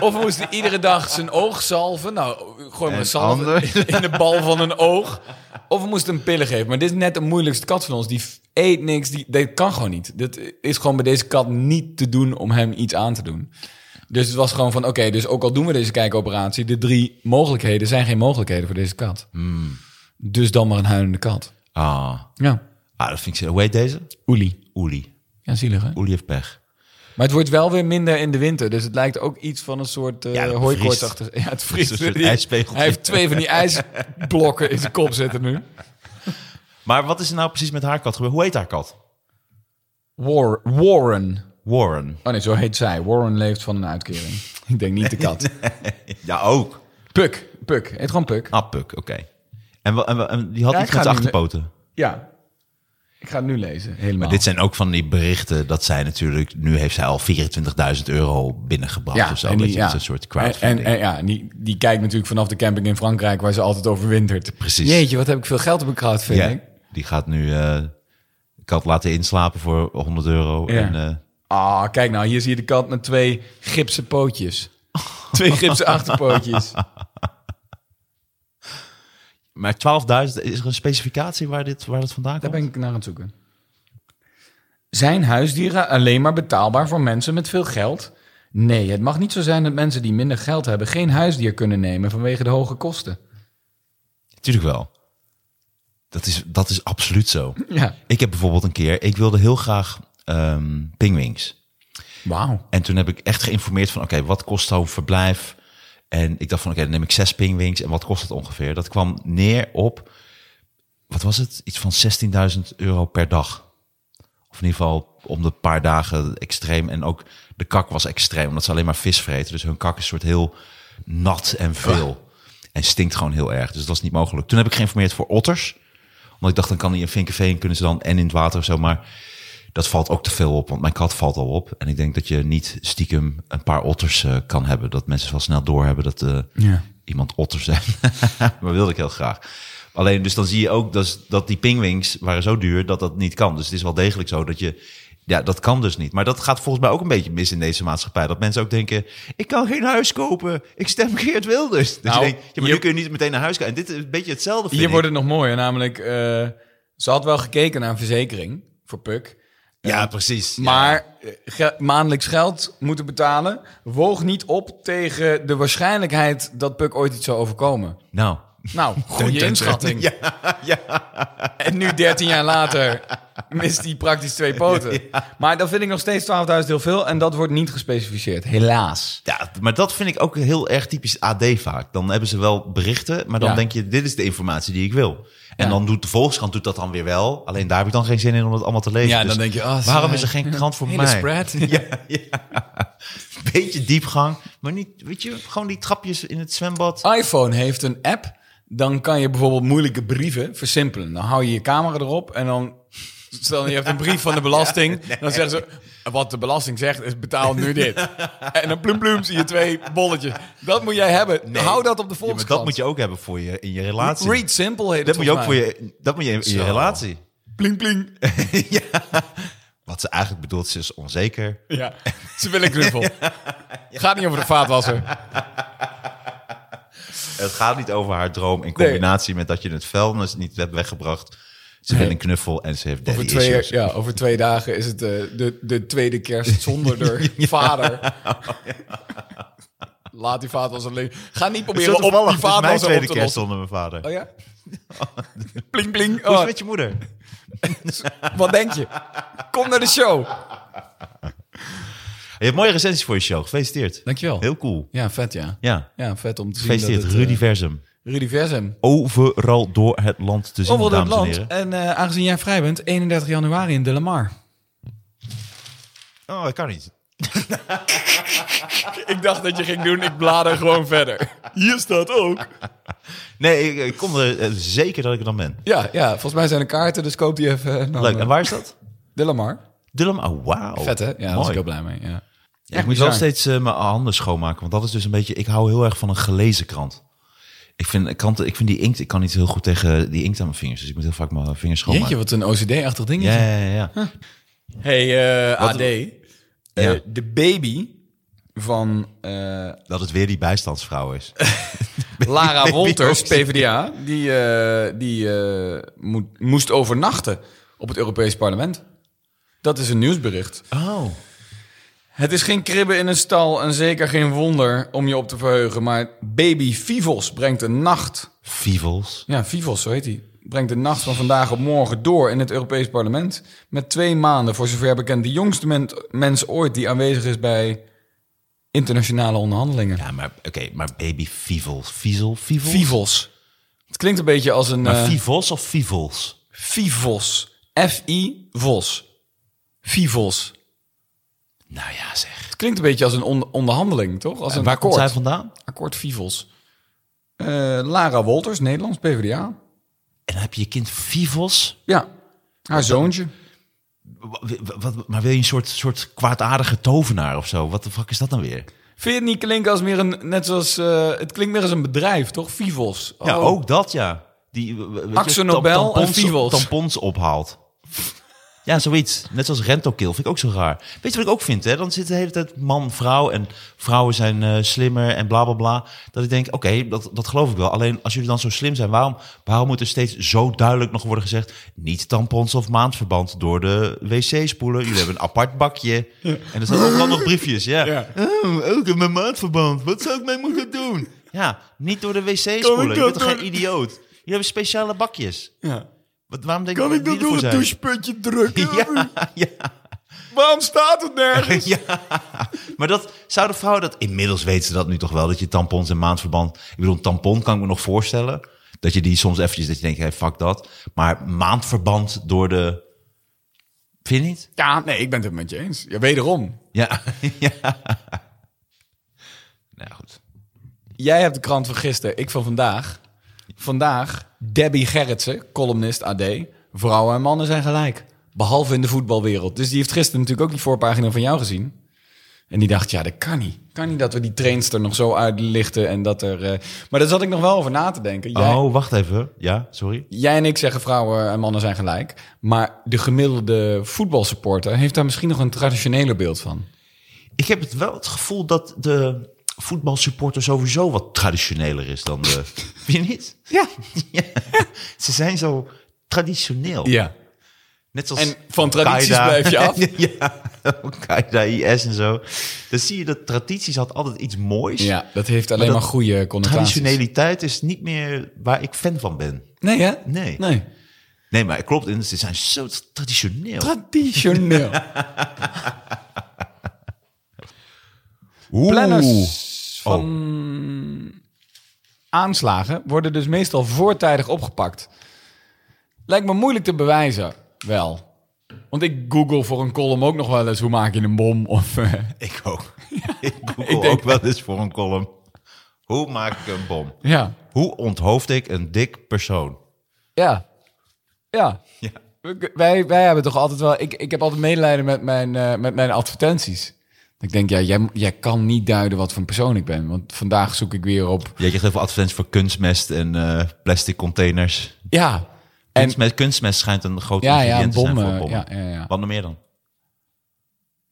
Of we moesten iedere dag zijn oog zalven. Nou, gooi maar
En
zalven
ander.
in de bal van een oog. Of we moesten hem pillen geven. Maar dit is net de moeilijkste kat van ons. Die f- eet niks. Die, dat kan gewoon niet. Dat is gewoon bij deze kat niet te doen om hem iets aan te doen. Dus het was gewoon van, oké, dus ook al doen we deze kijkoperatie... de drie mogelijkheden zijn geen mogelijkheden voor deze kat. Dus dan maar een huilende kat.
Ah,
Ja,
ah dat vind ik... zo- Hoe heet deze?
Oelie.
Oelie.
Ja, zielig hè?
Oelie heeft pech.
Maar het wordt wel weer minder in de winter. Dus het lijkt ook iets van een soort eh
Ja, dat
hooikoortsachtig. Ja, het vriest.
Een soort
Die-
ijspegeltje.
Hij heeft twee van die ijsblokken in zijn kop zitten nu.
Maar wat is er nou precies met haar kat gebeurd? Hoe heet haar kat?
War, Warren.
Warren.
Oh nee, zo heet zij. Warren leeft van een uitkering. Ik denk niet de kat.
Ja, ook.
Puk. Puk. Heet gewoon Puk.
Ah, Puk, oké. En, wel- en, wel- en die had
Ja,
iets
ik
met
ga
zijn
nu-
achterpoten.
Ja. Ik ga het nu lezen. Helemaal.
Maar Ah. dit zijn ook van die berichten dat zij natuurlijk... Nu heeft zij al 24.000 euro binnengebracht of zo. dat je,
ja.
is een soort
En,
crowdfunding.
en, en ja, en die, die kijkt natuurlijk vanaf de camping in Frankrijk... waar ze altijd overwintert.
Precies.
Jeetje, wat heb ik veel geld op mijn crowdfunding.
ja, die gaat nu eh kat laten inslapen voor 100 euro.
Ja.
En, eh,
Ah, kijk nou, hier zie je de kat met twee gipsen pootjes. Twee gipsen achterpootjes.
maar 12.000, is er een specificatie waar, dit, waar dat vandaan
Daar
komt?
ben ik naar aan het zoeken. Zijn huisdieren alleen maar betaalbaar voor mensen met veel geld? Nee, het mag niet zo zijn dat mensen die minder geld hebben geen huisdier kunnen nemen vanwege de hoge kosten.
Tuurlijk wel. Dat is, dat is absoluut zo.
Ja.
Ik heb bijvoorbeeld een keer, ik wilde heel graag ehm pingwings.
Wauw.
En toen heb ik echt geïnformeerd van, oké, wat kost zo'n verblijf? En ik dacht van, oké, dan neem ik zes pingwings en wat kost het ongeveer? Dat kwam neer op, wat was het? Iets van 16.000 euro per dag. Of in ieder geval om de paar dagen extreem. En ook de kak was extreem, omdat ze alleen maar vis vreten. Dus hun kak is soort heel nat en veel. En stinkt gewoon heel erg. Dus dat was niet mogelijk. Toen heb ik geïnformeerd voor otters. Omdat ik dacht, dan kan die in Vinkenveen kunnen ze dan en in het water of zo. Maar dat valt ook te veel op, want mijn kat valt al op. En ik denk dat je niet stiekem een paar otters eh, kan hebben. Dat mensen wel snel doorhebben dat eh,
Ja.
iemand otters zijn. maar dat wilde ik heel graag. Alleen, dus dan zie je ook dat, dat die pingwings waren zo duur dat dat niet kan. Dus het is wel degelijk zo dat je... Ja, dat kan dus niet. Maar dat gaat volgens mij ook een beetje mis in deze maatschappij. Dat mensen ook denken, ik kan geen huis kopen. Ik stem Geert Wilders. Dus
Nou,
je denkt, ja, maar
je-
nu kun je niet meteen naar huis gaan. En dit is een beetje hetzelfde, vind
Hier
ik.
wordt het nog mooier, namelijk eh, ze had wel gekeken naar een verzekering voor Puk.
Ja, precies. Ja.
Maar eh, ge- maandelijks geld moeten betalen woog niet op tegen de waarschijnlijkheid dat Puk ooit iets zou overkomen.
Nou.
Nou, goede inschatting.
Ja,
En nu 13 jaar later mist hij praktisch twee poten. Maar dan vind ik nog steeds 12.000 heel veel en dat wordt niet gespecificeerd. Helaas.
Ja, maar dat vind ik ook heel erg typisch AD vaak. Dan hebben ze wel berichten, maar dan
Ja.
denk je, dit is de informatie die ik wil. En
Ja.
dan doet de Volkskrant doet dat dan weer wel. Alleen daar heb ik dan geen zin in om dat allemaal te lezen.
Ja,
Dus
dan denk je, ah,
waarom
ze-
is er geen krant voor
Hele
mij?
spread.
Ja, ja. Beetje diepgang, maar niet, weet je, gewoon die trapjes in het
Ah,
zwembad.
iPhone heeft een app, dan kan je bijvoorbeeld moeilijke brieven versimpelen. Dan hou je je camera erop en dan... Stel, je hebt een brief van de belasting. Dan zeggen ze, wat de belasting zegt is betaal nu dit. En dan ploem ploem zie je twee bolletjes. Dat moet jij hebben. Hou dat op de
Ja, maar
volkskrant.
dat moet je ook hebben voor je in je relatie.
Read simple heet
dat moet je ook voor
volgens
je, dat moet je in, in je
Zo.
relatie.
mij. Pling pling.
Wat ze eigenlijk bedoelt, ze is onzeker.
Ja, ze willen knuffel. Gaat niet over de vaatwasser.
Het gaat niet over haar droom in combinatie met dat je het vuilnis niet hebt weggebracht. Ze wil een knuffel en ze heeft daddy
Over twee,
issues.
ja, over twee dagen is het eh, de, de tweede kerst zonder de vader. Laat die vaatwasser liggen. Ga niet
Zo
proberen op
toevallig,
die
het is mijn
vaatwasser op
tweede
te
kerst
lossen.
zonder mijn vader.
Oh ja? Pling pling.
Hoe is
Oh,
het met je moeder?
wat denk je? Kom naar de show.
Je hebt mooie recensies voor je show. Gefeliciteerd.
Dankjewel.
Heel cool.
Ja, vet ja.
Ja,
Ja, vet om te zien dat
gefeliciteerd.
het...
Rudy Versum.
eh, Rudy Versem.
Overal door het land te zien,
Overal door het
dames en
land.
heren.
En eh, aangezien jij vrij bent, 31 januari in De Lamar.
Oh, dat kan niet.
Ik dacht dat je ging doen, ik blader gewoon verder. Hier staat ook.
Nee, ik, ik kom er eh, zeker dat ik er dan ben.
Ja, ja, volgens mij zijn er kaarten, dus koop die even. eh, Dan,
Leuk. En
eh,
waar is dat?
De Lamar.
Dillem. Oh, wauw.
Vet hè? Ja, daar was
Mooi.
ik heel blij mee. Ja.
Ja, ik moet wel steeds eh, mijn handen schoonmaken. Want dat is dus een beetje... Ik hou heel erg van een gelezen krant. Ik vind, kranten, ik vind die inkt, ik kan niet heel goed tegen die inkt aan mijn vingers. Dus ik moet heel vaak mijn vingers
Jeetje,
schoonmaken.
wat een OCD-achtig ding
Oh, Ja, ja, ja. ja.
Hey, eh, AD. Eh,
Ja.
de baby van eh,
Dat het weer die bijstandsvrouw is.
Lara
baby
Wolters,
ook.
PvdA, die, eh, die eh, moet, moest overnachten op het Europees Parlement. Dat is een nieuwsbericht.
Oh.
Het is geen kribben in een stal en zeker geen wonder om je op te verheugen. Maar baby Vivos brengt een nacht.
Vivels.
Ja, Vivos, zo heet hij. Brengt de nacht van vandaag op morgen door in het Europees Parlement. Met twee maanden, voor zover bekend, de jongste men- mens ooit die aanwezig is bij internationale onderhandelingen.
Ja, maar oké, maar baby vivels. Vizel, vivels?
Vivos. Het klinkt een beetje als een.
Maar
eh,
vivos of vivels?
Vivos. F-I-Vos. Vivos.
Nou ja, zeg.
Het klinkt een beetje als een on- onderhandeling, toch? Als een
En waar komt
akkoord.
zij vandaan?
Akkoord Vivos. Eh, Lara Wolters, Nederlands, PvdA.
En dan heb je je kind vivels.
Ja, haar zoontje.
Wa- wa- wat- maar wil je een soort, soort kwaadaardige tovenaar of zo? Wat de fuck is dat dan weer?
Vind je het niet klinken als meer een... Net zoals... eh, het klinkt meer als een bedrijf, toch? Vivos.
Ja,
Oh.
ook dat, ja. Die, w- w- weet je,
Akzo
tam-
Nobel en
tampons-
Fivels.
Tampons ophaalt. Ja, zoiets. Net zoals rentokill vind ik ook zo raar. Weet je wat ik ook vind? Hè? Dan zit de hele tijd man, vrouw en vrouwen zijn eh, slimmer en bla bla bla. Dat ik denk, oké, dat, dat geloof ik wel. Alleen als jullie dan zo slim zijn, waarom, waarom moet er steeds zo duidelijk nog worden gezegd... niet tampons of maandverband door de wc spoelen. Jullie hebben een apart bakje. En er staan ook nog briefjes, ja.
Ja.
Oh, ook in mijn maandverband. Wat zou ik mee moeten doen? Ja, niet door de wc spoelen.
dat
Je bent toch
doen?
geen idioot? Jullie hebben speciale bakjes.
Ja.
Wat, waarom denk
Kan
je
ik dat
die
door
ervoor
het
zijn?
doucheputje drukken?
Ja, ja.
Waarom staat het nergens?
Maar dat zouden vrouwen dat inmiddels weten ze dat nu toch wel dat je tampons en maandverband. Ik bedoel, een tampon kan ik me nog voorstellen dat je die soms eventjes dat je denkt, hey, fuck dat. Maar maandverband door de vind je niet?
Ja, nee, ik ben het met je eens. Ja, wederom.
Ja. ja. Nou goed.
Jij hebt de krant van gisteren, ik van vandaag. Vandaag Debbie Gerritsen, columnist AD. Vrouwen en mannen zijn gelijk. Behalve in de voetbalwereld. Dus die heeft gisteren natuurlijk ook die voorpagina van jou gezien. En die dacht, ja, dat kan niet. Kan niet dat we die trainster nog zo uitlichten en dat er... eh, Maar daar zat ik nog wel over na te denken. Jij,
Oh, wacht even. Ja, sorry.
jij en ik zeggen vrouwen en mannen zijn gelijk. Maar de gemiddelde voetbalsupporter heeft daar misschien nog een traditioneler beeld van.
Ik heb het wel het gevoel dat de voetbalsupporter sowieso wat traditioneler is dan de. Vind je niet?
Ja.
Ja. Ze zijn zo traditioneel.
Ja.
Net zoals
En van tradities
Al-Qaeda.
blijf je af.
ja, Al-Qaeda, IS en zo. Dan zie je dat tradities had altijd iets moois.
Ja, dat heeft alleen maar,
dat-
goede connotaties.
Traditionaliteit is niet meer waar ik fan van ben.
Nee, hè?
Nee.
Nee.
Nee, maar het klopt. En ze zijn zo traditioneel.
Traditioneel.
Oeh. Oh,
Planners van Mm. aanslagen worden dus meestal voortijdig opgepakt. Lijkt me moeilijk te bewijzen, wel. Want ik google voor een column ook nog wel eens hoe maak je een bom of... eh,
Ik ook. ik google
denk-
ook wel eens voor een column. Hoe maak ik een bom?
ja,
Hoe onthoofd ik een dik persoon?
ja, ja.
Ja.
We- Wij, wij hebben toch altijd wel... Ik, ik heb altijd medelijden met mijn, eh, met mijn advertenties. Ik denk, ja, jij, jij kan niet duiden wat voor een persoon ik ben. Want vandaag zoek ik weer op...
Jij krijgt heel veel advertenties voor kunstmest en eh, plastic containers.
Ja, en
Kunstmest, kunstmest schijnt een groot
Ja, ja,
ingrediënt te zijn
bommen,
voor bommen.
ja, ja, ja.
Wat nog meer dan?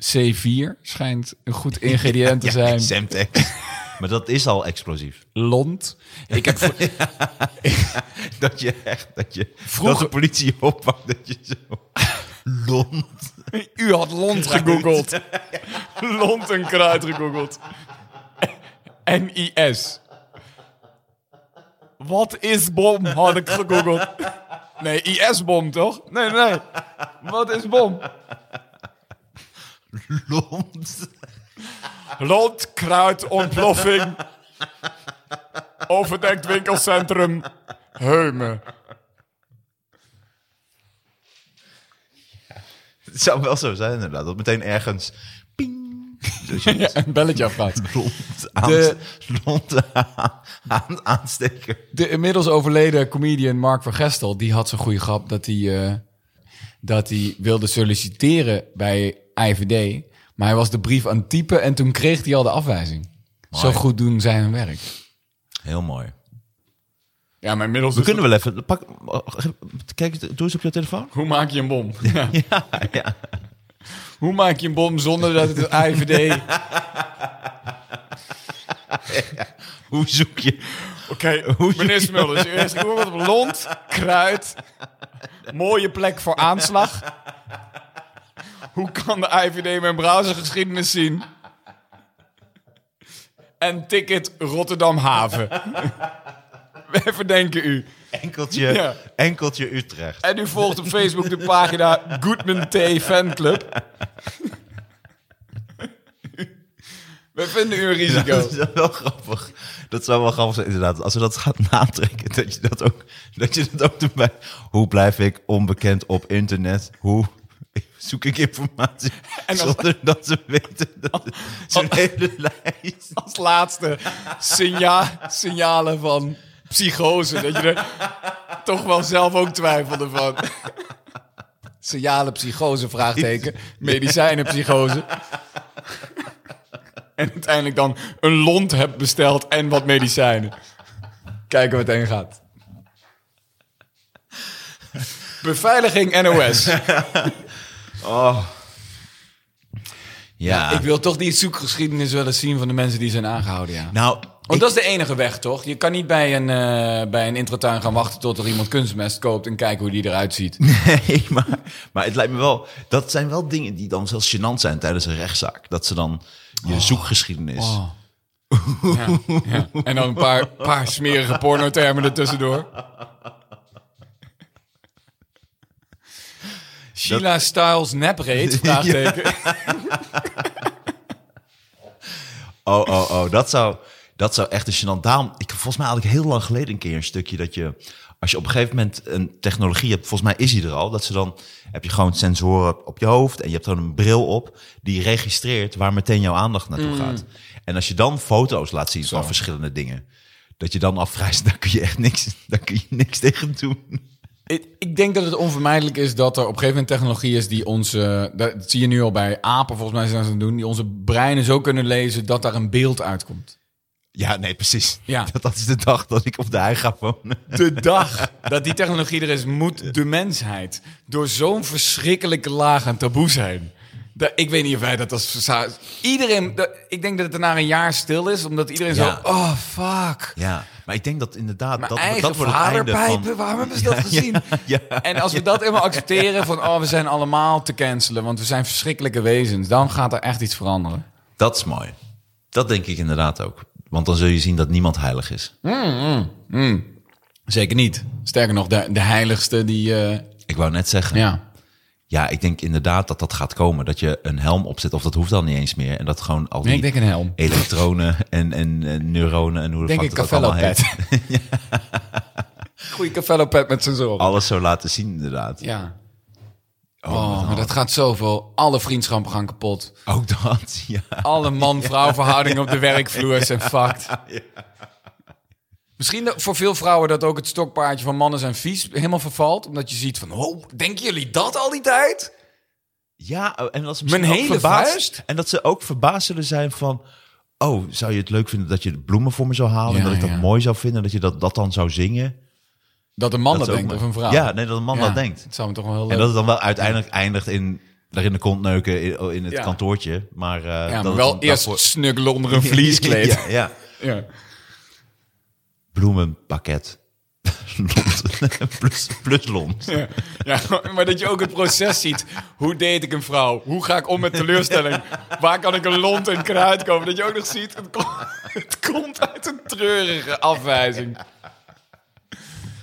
C4 schijnt een goed ingrediënt te zijn.
Semtex. maar dat is al explosief.
Lont. Ik heb voor-
Dat je echt, dat je, dat
Vroeger-
de politie je oppakt, dat je zo... Lont.
U had lont gegoogeld. lont en kruid gegoogeld. NIS. Wat is bom, had ik gegoogeld. Nee, IS-bom, toch? Nee, nee. Wat is bom?
Lont.
Lont, kruid, ontploffing. Overdekt winkelcentrum. Heumen.
Het zou wel zo zijn inderdaad, dat meteen ergens... Ping. Dus je
Ja, een belletje afgaat.
lont, aan,
De-
lont aan, aan- aansteker.
De inmiddels overleden comedian Mark van Gestel, die had zo'n goede grap dat hij, eh, dat hij wilde solliciteren bij IVD. Maar hij was de brief aan het typen en toen kreeg hij al de afwijzing. Zo goed doen zij hun werk.
Heel mooi. Dus
Ja, maar inmiddels
We
is
kunnen wel even... Pak, eh, kijk, doe eens op je telefoon.
het- Hoe maak je een bom? Ja.
Ja, ja.
Hoe maak je een bom zonder dat het AIVD... Oké,
Hoe zoek je... Hoe-
meneer Smulders, u heeft gehoord op lont, kruid, mooie plek voor aanslag. Hoe kan de AIVD mijn browsergeschiedenis zien? En ticket Rotterdam Haven. Wij verdenken u.
Enkeltje,
Ja.
enkeltje Utrecht.
En u volgt op Facebook de pagina Goodman T Fanclub. We vinden u een
Ja,
risico.
dat is wel grappig. Dat zou wel grappig zijn, inderdaad. Als we dat gaan natrekken, dat je dat ook, dat je dat ook erbij... Hoe blijf ik onbekend op internet? Hoe zoek ik informatie
En als- Oh.
zonder dat ze weten? Dat Zo'n hele lijst.
Als laatste signa signalen van psychose. Dat je er toch wel zelf ook twijfelde van. Signalen psychose, vraagteken. Medicijnen psychose. En uiteindelijk dan een lont hebt besteld en wat medicijnen. Kijken waar het heen gaat. Beveiliging NOS.
Oh. Ja.
Ik wil toch die zoekgeschiedenis wel eens zien van de mensen die zijn aangehouden, ja.
Nou,
Want dat is de enige weg, toch? Je kan niet bij een, eh bij een intratuin gaan wachten tot er iemand kunstmest koopt en kijken hoe die eruit ziet.
Nee, maar, maar het lijkt me wel... Dat zijn wel dingen die dan zelfs gênant zijn tijdens een rechtszaak. Dat ze dan je
Oh.
zoekgeschiedenis...
Ja. En dan een paar, paar smerige pornotermen ertussendoor. Sheila Styles nepreed, vraagteken.
Oh, oh, oh, dat zou, dat zou echt een gênant... Daarom, ik, volgens mij had ik heel lang geleden een keer een stukje dat je... Als je op een gegeven moment een technologie hebt, volgens mij is die er al, dat ze dan heb je gewoon sensoren op je hoofd en je hebt dan een bril op die registreert waar meteen jouw aandacht naartoe
Mm.
gaat. En als je dan foto's laat zien van verschillende dingen, dat je dan al vrij snel- daar kun je echt niks, daar kun je niks tegen doen.
Ik, ik denk dat het onvermijdelijk is dat er op een gegeven moment technologie is die onze... Dat zie je nu al bij apen volgens mij zijn ze aan het doen. Die onze breinen zo kunnen lezen dat daar een beeld uitkomt.
Ja, nee, precies.
Ja.
Dat, dat is de dag dat ik op de hei ga wonen.
de dag dat die technologie er is, moet de mensheid door zo'n verschrikkelijke laag aan taboe zijn. Dat, ik weet niet of wij dat als verza- iedereen. dat- ik denk dat het er na een jaar stil is, omdat iedereen
Ja.
zo. Oh fuck.
Ja, maar ik denk dat inderdaad
Mijn
dat,
eigen
dat wordt het einde
vaderpijpen,
van...
waarom hebben ze dat gezien?
ja.
En als we dat helemaal accepteren van, oh, we zijn allemaal te cancelen, want we zijn verschrikkelijke wezens, dan gaat er echt iets veranderen.
Dat is mooi. Dat denk ik inderdaad ook. Want dan zul je zien dat niemand heilig is.
Mm, Zeker niet. Sterker nog, de, de heiligste die, eh,
Ik wou net zeggen. Ja.
ja,
ik denk inderdaad dat dat gaat komen. Dat je een helm opzet, of dat hoeft dan niet eens meer. En dat gewoon al die
Nee, ik denk een helm.
elektronen en, en, en neuronen en hoe de
denk
fuck
ik
dat ook allemaal heet.
Cavello-pet. Goeie Cavello-pet met zijn zorg.
Alles zo laten zien inderdaad.
Ja. Oh,
nou.
maar dat gaat zoveel. Alle vriendschappen gaan kapot.
Ook dat, ja.
Alle man-vrouw verhoudingen op de werkvloer zijn fucked. Misschien dat voor veel vrouwen dat ook het stokpaardje van mannen zijn vies helemaal vervalt. Omdat je ziet van, oh, denken jullie dat al die tijd?
Ja, oh, en dat ze
Mijn
misschien ook
hele
verbaasd,
vuist?
En dat ze ook verbaasd zullen zijn van... Oh, zou je het leuk vinden dat je de bloemen voor me zou halen?
Ja,
en dat ik dat
ja.
mooi zou vinden, dat je dat, dat dan zou zingen?
Dat een man dat,
is ook
denkt,
maar-
of een vrouw.
Ja, nee, dat een man
Ja,
dat denkt.
Het zou me toch wel heel leuk
En dat het dan wel uiteindelijk eindigt in... daar in de kont neuken oh, in, in het
Ja.
kantoortje. Maar, eh,
Ja,
dat
maar
het
wel
dan
eerst
daarvoor-
snuggelen onder een vlieskleed. ja.
ja, ja. Bloemenpakket. Lont. plus, plus lont.
Ja. Ja, maar dat je ook het proces ziet. Hoe date ik een vrouw? Hoe ga ik om met teleurstelling? Waar kan ik een lont en kruid komen? Dat je ook nog ziet, het, kom- het komt uit een treurige afwijzing.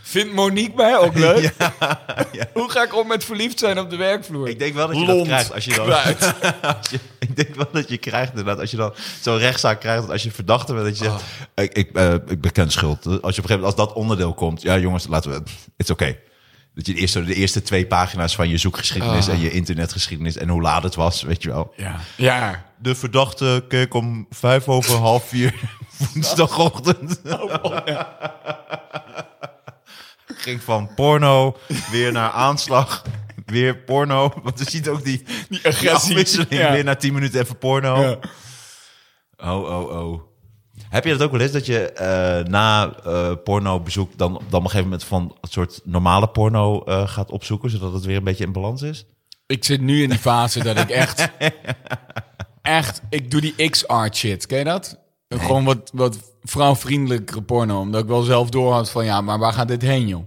Vindt Monique mij ook leuk? Hoe ga ik om met verliefd zijn op de werkvloer?
Ik denk wel dat je
Lont,
dat krijgt als je dan...
kruid.
Als je- ik denk wel dat je krijgt inderdaad, als je dan zo'n rechtszaak krijgt, dat als je verdachte bent, dat je zegt, ik, ik, eh, ik beken schuld. Als je op een gegeven moment, als dat onderdeel komt, ja jongens, laten we, it's oké. Dat je de eerste, de eerste twee pagina's van je zoekgeschiedenis en je internetgeschiedenis en hoe laat het was, weet je wel.
Ja. ja.
De verdachte keek om vijf over half vier woensdagochtend.
Oh,
Ging van porno weer naar aanslag. Weer porno. Want je ziet ook die, die
agressie.
afwisseling.
Ja.
Weer na tien minuten even porno.
Ja.
Oh, oh, oh. Heb Heb je dat ook wel eens dat je eh, na eh, pornobezoek dan, dan op een gegeven moment van het soort normale porno eh, gaat opzoeken, zodat het weer een beetje in balans is?
Ik zit nu in die fase dat ik echt... echt, ik doe die X-art shit. Ken je dat? Gewoon wat, wat vrouwvriendelijkere porno. Omdat ik wel zelf doorhad van... Ja, maar waar gaat dit heen, joh?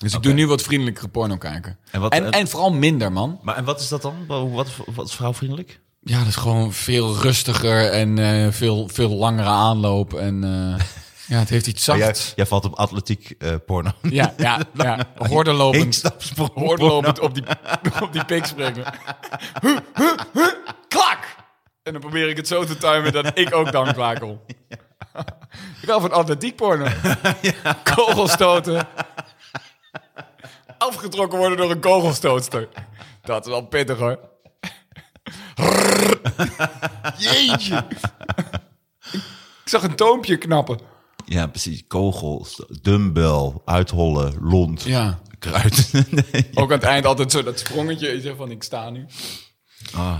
Dus ik doe nu wat vriendelijkere porno kijken.
En wat-
en,
en-
en vooral minder, man.
Maar en wat is dat dan? Wat, wat- wat is vrouwvriendelijk?
Ja, dat is gewoon veel rustiger en eh, veel, veel langere aanloop. En eh, ja, het heeft iets
Maar Jij,
zachts.
jij valt op atletiek eh, porno.
Ja, ja, ja. Hordenlopend.
Instapsprong porno.
Hoorlopend op die, op die pik springen. Huh, huh, huh, Klak! En dan probeer ik het zo te timen dat ik ook dan kwakel. Ik hou van atletiek porno. Kogelstoten. Afgetrokken worden door een kogelstootster. Dat is wel pittig hoor. Rrrr. Jeetje. Ik zag een toompje knappen.
Ja, precies. Kogels, dumbbell, uithollen, lont,
Ja.
kruid. Nee.
Ook aan het eind altijd zo dat sprongetje. Je zegt van, ik sta nu.
Ah.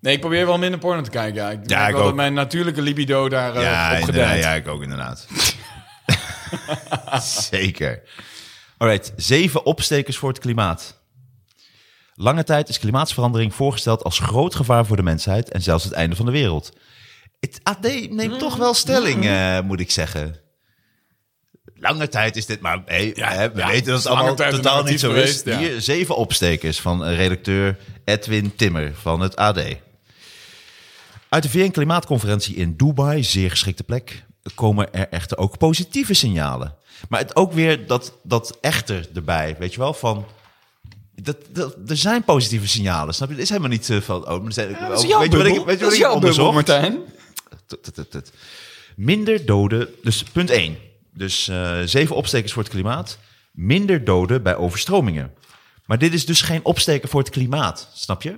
Nee, ik probeer wel minder porno te kijken. Ja, ik merk
ik
wel dat
ook.
mijn natuurlijke libido daar eh op
inderdaad,
gedijt.
ja, ik ook inderdaad. Zeker. Alright, zeven opstekers voor het klimaat. Lange tijd is klimaatsverandering voorgesteld als groot gevaar voor de mensheid en zelfs het einde van de wereld. Het AD neemt toch wel stelling,
Mm.
eh, moet ik zeggen. Lange tijd is dit, maar hey, hè, we
ja,
weten dat het
lange
allemaal
tijd is het
totaal
nog
niet zo
niet
is.
geweest, ja.
Hier zeven opstekers van eh, redacteur Edwin Timmer van het AD. Uit de VN-klimaatconferentie in Dubai, zeer geschikte plek, komen er echter ook positieve signalen. Maar het ook weer dat, dat echter erbij, weet je wel, van... Dat, dat, er zijn positieve signalen, snap je? Het is helemaal niet eh, van... Oh, maar er zijn,
Dat
oh,
is jouw
weet je wat ik-
bubbel.
weet je
Dat
wat
is
ik
jouw bubbel,
onderzocht?
Martijn.
Tut, tut, tut, tut. Minder doden, dus punt 1. Dus eh, zeven opstekers voor het klimaat. Minder doden bij overstromingen. Maar dit is dus geen opsteker voor het klimaat, snap je?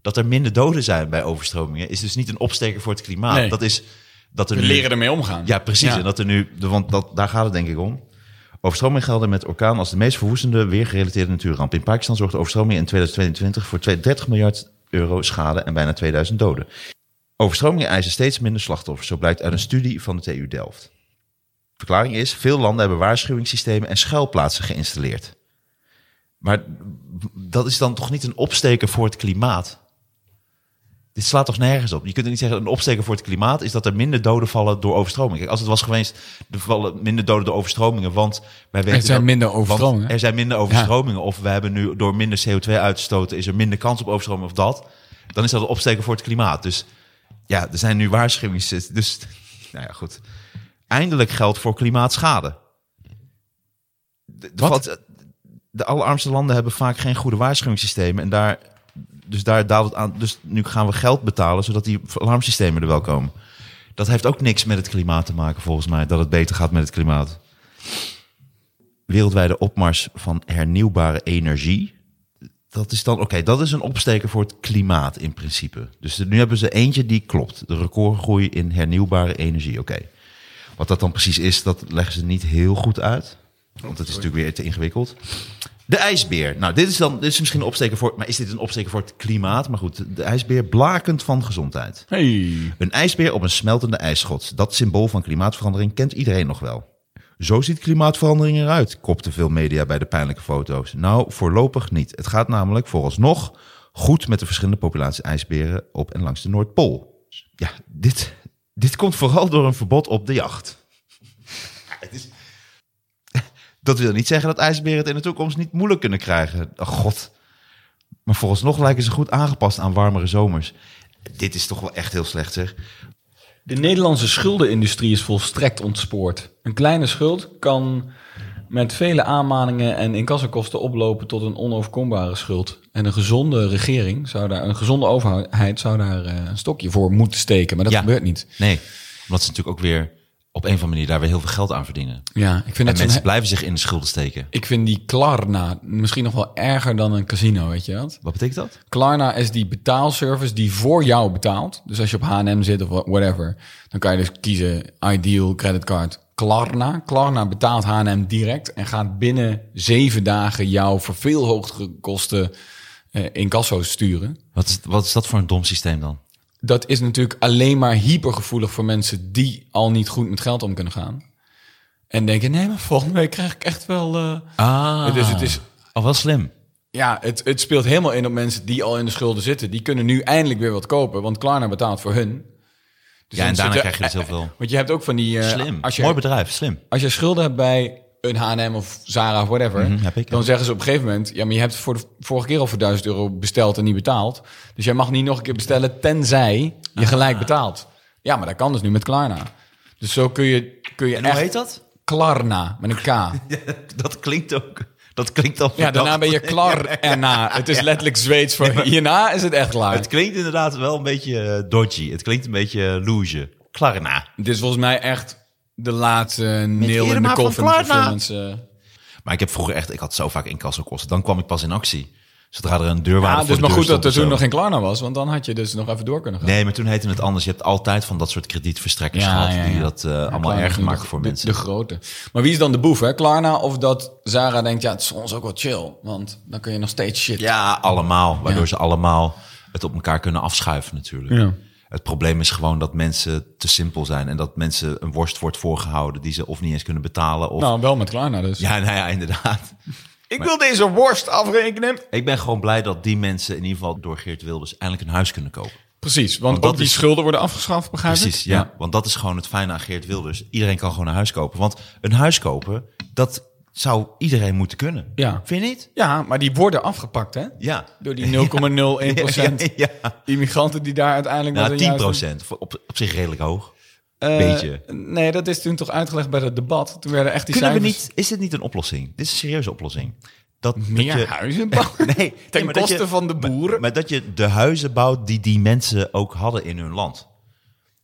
Dat er minder doden zijn bij overstromingen is dus niet een opsteker voor het klimaat.
Nee.
Dat is dat er
We
nu-
leren ermee omgaan.
Ja, precies.
Ja.
En dat er nu, want dat, daar gaat het denk ik om. Overstromingen gelden met orkaan als de meest verwoestende weergerelateerde natuurramp. In Pakistan zorgde overstromingen in 2022 voor 30 miljard euro schade en bijna 2000 doden. Overstromingen eisen steeds minder slachtoffers, zo blijkt uit een studie van de TU Delft. Verklaring is, veel landen hebben waarschuwingssystemen en schuilplaatsen geïnstalleerd. Maar dat is dan toch niet een opsteker voor het klimaat? Dit slaat toch nergens op? Je kunt er niet zeggen, een opsteker voor het klimaat is dat er minder doden vallen door overstromingen. Kijk, als het was geweest, er vallen minder doden door overstromingen, want wij weten
zijn
dat-
minder
want
overstromingen.
Er zijn minder overstromingen. Of we hebben nu door minder CO2 uit te stoten, is er minder kans op overstroming of dat. Dan is dat een opsteker voor het klimaat. Dus ja, er zijn nu waarschuwings. Dus nou ja, goed. Eindelijk geld voor klimaatschade. De, de, valt- de allerarmste landen hebben vaak geen goede waarschuwingssystemen. En daar, dus daar daalt het aan. Dus nu gaan we geld betalen, zodat die alarmsystemen er wel komen. Dat heeft ook niks met het klimaat te maken, volgens mij. Dat het beter gaat met het klimaat. Wereldwijde opmars van hernieuwbare energie. Dat is dan, oké, dat is een opsteker voor het klimaat in principe. Dus nu hebben ze eentje die klopt. De recordgroei in hernieuwbare energie, oké. Wat dat dan precies is, dat leggen ze niet heel goed uit. Want het is natuurlijk weer te ingewikkeld. De ijsbeer. Nou, dit is dan dit is misschien een opsteker voor. Maar is dit een opsteker voor het klimaat? Maar goed, de ijsbeer blakend van gezondheid.
Hey.
Een ijsbeer op een smeltende ijsschots. Dat symbool van klimaatverandering kent iedereen nog wel. Zo ziet klimaatverandering eruit, kopten veel media bij de pijnlijke foto's. Nou, voorlopig niet. Het gaat namelijk vooralsnog goed met de verschillende populaties ijsberen op en langs de Noordpool. Ja, dit, dit komt vooral door een verbod op de jacht. Het is- Dat wil niet zeggen dat ijsberen het in de toekomst niet moeilijk kunnen krijgen. Oh, god. Maar vooralsnog lijken ze goed aangepast aan warmere zomers. Dit is toch wel echt heel slecht, zeg.
De Nederlandse schuldenindustrie is volstrekt ontspoord. Een kleine schuld kan met vele aanmaningen en incassokosten oplopen tot een onoverkombare schuld. En een gezonde regering zou daar, een gezonde overheid zou daar eh, een stokje voor moeten steken. Maar dat
Ja.
gebeurt niet.
Nee, omdat ze natuurlijk ook weer op een of andere manier daar weer heel veel geld aan verdienen.
Ja, ik vind
En
dat zo'n
mensen
he-
blijven zich in de schulden steken.
Ik vind die Klarna misschien nog wel erger dan een casino, weet je dat?
Wat betekent dat?
Klarna is die betaalservice die voor jou betaalt. Dus als je op H&M zit of wha- whatever, dan kan je dus kiezen Ideal creditcard Klarna. Klarna betaalt H&M direct en gaat binnen zeven dagen jouw verveelhoogd gekoste eh incasso sturen.
Wat is, wat is dat voor een dom systeem dan?
dat is natuurlijk alleen maar hypergevoelig voor mensen die al niet goed met geld om kunnen gaan. En denken, nee, maar volgende week krijg ik echt wel... eh,
Ah,
Dus het is-
al wel slim.
Ja, het, het speelt helemaal in op mensen die al in de schulden zitten. Die kunnen nu eindelijk weer wat kopen, want Klarna betaalt voor hun. Dus
Ja, en
dan
daarna
zit
krijg je dus heel veel.
Want je hebt ook van die... eh,
Slim.
Als je,
Mooi bedrijf, slim.
als je schulden hebt bij een H&M of Zara of whatever,
Mhm, heb ik,
dan
ja.
zeggen ze op een gegeven moment, ja, maar je hebt voor de vorige keer al voor 1000 euro besteld en niet betaald. Dus jij mag niet nog een keer bestellen, tenzij
Ah.
je gelijk betaalt. Ja, maar dat kan dus nu met Klarna. Dus zo kun je, kun je
En
echt...
hoe heet dat?
Klarna, met een K.
Dat klinkt ook. Dat klinkt al.
Ja, daarna
verdacht.
ben je klaar erna. Het is letterlijk Zweeds voor hierna is het echt klaar.
Het klinkt inderdaad wel een beetje eh, dodgy. Het klinkt een beetje eh, loge. Klarna.
Dit is volgens mij echt de laatste nail in
Irma
de
van
coffin eh. voor veel
Klarna.
mensen.
Maar ik heb vroeger echt, ik had zo vaak incassokosten. Dan kwam ik pas in actie. Zodra er een deur waren.
Ja,
voor
dus
de
maar
deur
goed dat
stond
er
of
toen
zo.
nog geen Klarna was, want dan had je dus nog even door kunnen gaan.
Nee, maar toen heette het anders. Je hebt altijd van dat soort kredietverstrekkers
Ja,
gehad.
ja, ja.
Die dat eh, allemaal
Klarna
erg
ging
maken
de-
voor
de-
mensen.
De grote. Maar wie is dan de boef, hè? Klarna of dat Zara denkt, ja, het is ons ook wel chill, want dan kun je nog steeds shit.
Ja, allemaal. Waardoor ze allemaal het op elkaar kunnen afschuiven natuurlijk.
Ja.
Het probleem is gewoon dat mensen te simpel zijn. En dat mensen een worst wordt voorgehouden die ze of niet eens kunnen betalen. Of...
Nou, wel met Klarna dus.
Ja, nou ja, inderdaad.
Ik wil deze worst afrekenen.
Ik ben gewoon blij dat die mensen in ieder geval door Geert Wilders eindelijk een huis kunnen kopen.
Precies, want,
dat
ook die
is-
schulden worden afgeschaft, begrijp ik?
Precies, ja. Want dat is gewoon het fijne aan Geert Wilders. Iedereen kan gewoon een huis kopen. Want een huis kopen, dat zou iedereen moeten kunnen.
Ja.
Vind je niet?
Ja, maar die worden afgepakt, hè?
Ja.
Door die 0,01%
Ja,
immigranten die daar uiteindelijk...
Nou,
met een
10
juiste-
procent. Op, op zich redelijk hoog.
Eh,
beetje.
Nee, dat is toen toch uitgelegd bij het debat. Toen werden echt die
Kunnen we
cijfers...
niet, is dit niet een oplossing? Dit is een serieuze oplossing. Dat, dat
meer
je-
huizen bouwen?
Nee, nee,
Ten
maar dat
koste
je-
van de boeren?
Maar, maar dat je de huizen bouwt die die mensen ook hadden in hun land.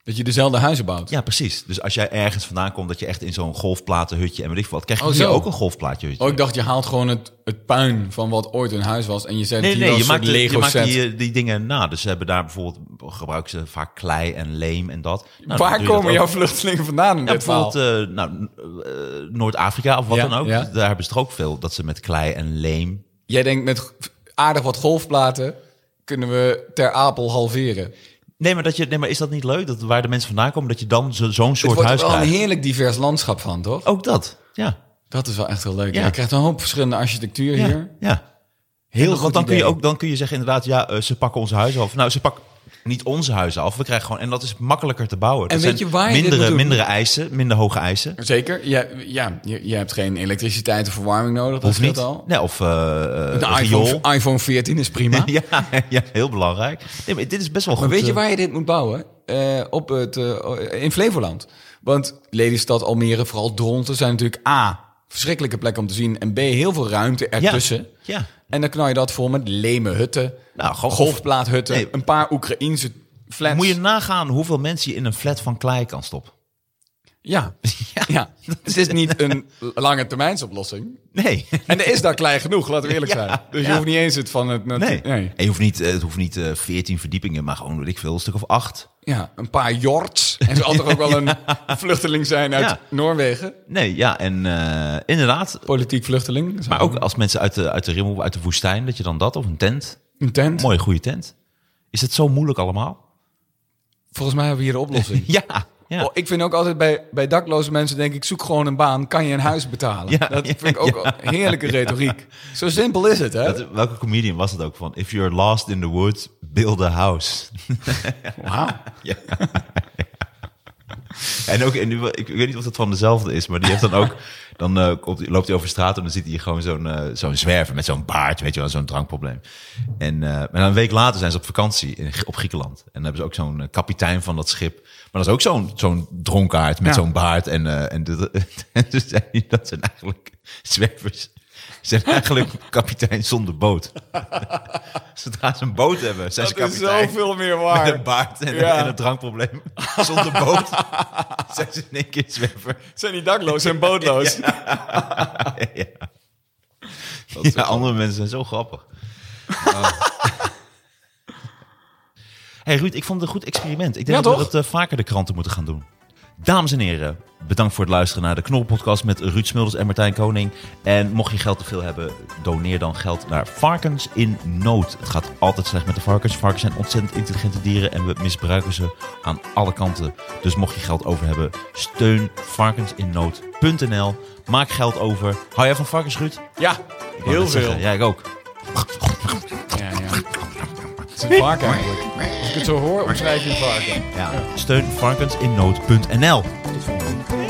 dat je dezelfde huizen bouwt.
Ja, precies. Dus als jij ergens vandaan komt dat je echt in zo'n golfplatenhutje en weet ik veel wat, krijg je
Oh,
hier
zo.
ook een golfplaatje.
Oh, ik dacht, je haalt gewoon het, het puin van wat ooit een huis was. En je zet
Nee,
hier
nee,
wel
je
een soort
maakt, de- je maakt
Lego-set.
die, eh, die dingen na. Dus ze hebben daar bijvoorbeeld, gebruiken ze vaak klei en leem en dat. Nou, dan doe
Waar
je dat
komen
ook.
jouw vluchtelingen vandaan in
Ja,
dit verhaal?
bijvoorbeeld eh, nou, eh, Noord-Afrika of wat
Ja,
dan ook.
ja.
Daar hebben ze toch ook veel, dat ze met klei en leem.
Jij denkt, met aardig wat golfplaten kunnen we ter apel halveren.
Nee, maar, dat je, nee, maar is dat niet leuk? Dat waar de mensen vandaan komen, dat je dan zo- zo'n
Het
soort
wordt er
huis
wel een
krijgt?
heerlijk divers landschap van, toch?
Ook dat, ja.
Dat is wel echt heel leuk.
Ja.
Je krijgt een hoop verschillende architectuur
Ja,
hier.
ja. Heel,
goed
want dan kun, je
idee.
ook, dan kun je zeggen inderdaad, ja, eh, ze pakken onze huizen af. Nou, ze pakken niet onze huizen af. We krijgen gewoon, en dat is makkelijker te bouwen. Dat
weet
zijn
je waar je dit
mindere,
moet doen?
mindere eisen, minder hoge eisen.
Zeker. Ja, ja je, je hebt geen elektriciteit of verwarming nodig. Dat
Of
scheelt
niet?
al.
Nee, of eh, eh,
De
riool.
iPhone, iPhone 14 is prima.
Ja, ja, heel belangrijk. Nee, maar dit is best wel goed.
Maar weet je
eh,
waar je dit moet bouwen? Eh, op het, eh, in Flevoland. Want Lelystad, Almere, vooral Dronten zijn natuurlijk A, verschrikkelijke plekken om te zien. En B, heel veel ruimte
ja,
ertussen.
Ja.
En dan knal je dat vol met leme hutten,
Nou, gewoon-
golfplaathutten,
Nee.
een paar Oekraïense flats.
Moet je nagaan hoeveel mensen je in een flat van klei kan stoppen?
Ja. ja. Het is niet een lange termijnsoplossing.
Nee.
En er is daar klein genoeg, laten we eerlijk
Ja,
zijn. Dus je
ja.
hoeft niet eens het van het... natu-
Nee. En je hoeft niet, eh, het hoeft niet eh 14 verdiepingen, maar gewoon, weet ik veel, een stuk of acht.
Ja, een paar jorts. En zal toch ook wel een vluchteling zijn uit
Ja.
Noorwegen.
Nee, ja, en eh, inderdaad.
Politiek vluchteling.
Maar ook als mensen uit de, uit de rimmel, uit de woestijn, dat je dan dat, of een tent.
Een tent.
Mooie, goede tent. Is het zo moeilijk allemaal?
Volgens mij hebben we hier de oplossing.
Ja. ja.
Oh, ik vind ook altijd bij, bij dakloze mensen, denk ik, zoek gewoon een baan. Kan je een huis betalen?
Ja,
dat
ja,
vind ik ook een heerlijke retoriek. Zo simpel is het, hè?
Dat- welke comedian was dat ook van? If you're lost in the woods, build a house.
Wauw.
En ook, en nu, ik weet niet of dat van dezelfde is, maar die heeft dan ook, dan eh, komt- loopt hij over straat en dan ziet hij gewoon zo'n eh, zo'n zwerver met zo'n baard, weet je wel, zo'n drankprobleem. En eh, maar dan een week later zijn ze op vakantie in, op Griekenland. En dan hebben ze ook zo'n eh, kapitein van dat schip. Maar dat is ook zo'n zo'n dronkaard met
Ja.
zo'n baard. En, eh, en, dit- en toen zei hij, dat zijn eigenlijk zwervers. Ze zijn eigenlijk kapitein zonder boot. Zodra ze een boot hebben, zijn ze
Dat is
kapitein.
zoveel meer
Met
waar.
een baard en,
Ja.
en een drankprobleem. Zonder boot. zijn ze in één keer zwerver.
Zijn die dakloos en bootloos?
ja. Ja, andere mensen zijn zo grappig. hey Ruud, ik vond het een goed experiment. Ik denk
Ja,
dat
toch?
we dat eh, vaker de kranten moeten gaan doen. Dames en heren, Bedankt voor het luisteren naar de Knorrelpodcast met Ruud Smulders en Martijn Koning. En mocht je geld te veel hebben, doneer dan geld naar Varkens in Nood. Het gaat altijd slecht met de varkens. Varkens zijn ontzettend intelligente dieren en we misbruiken ze aan alle kanten. Dus mocht je geld over hebben, steun varkensinnood.nl. Maak geld over. Hou jij van varkens, Ruud?
Ja,
Ik wou
heel
net
veel.
zeggen. Ja, ik ook.
Ja, ja. Het is een varken eigenlijk. Als ik het zo hoor, omschrijf je een varken.
Ja. Steun varkensinnood.nl. Tot volgende week.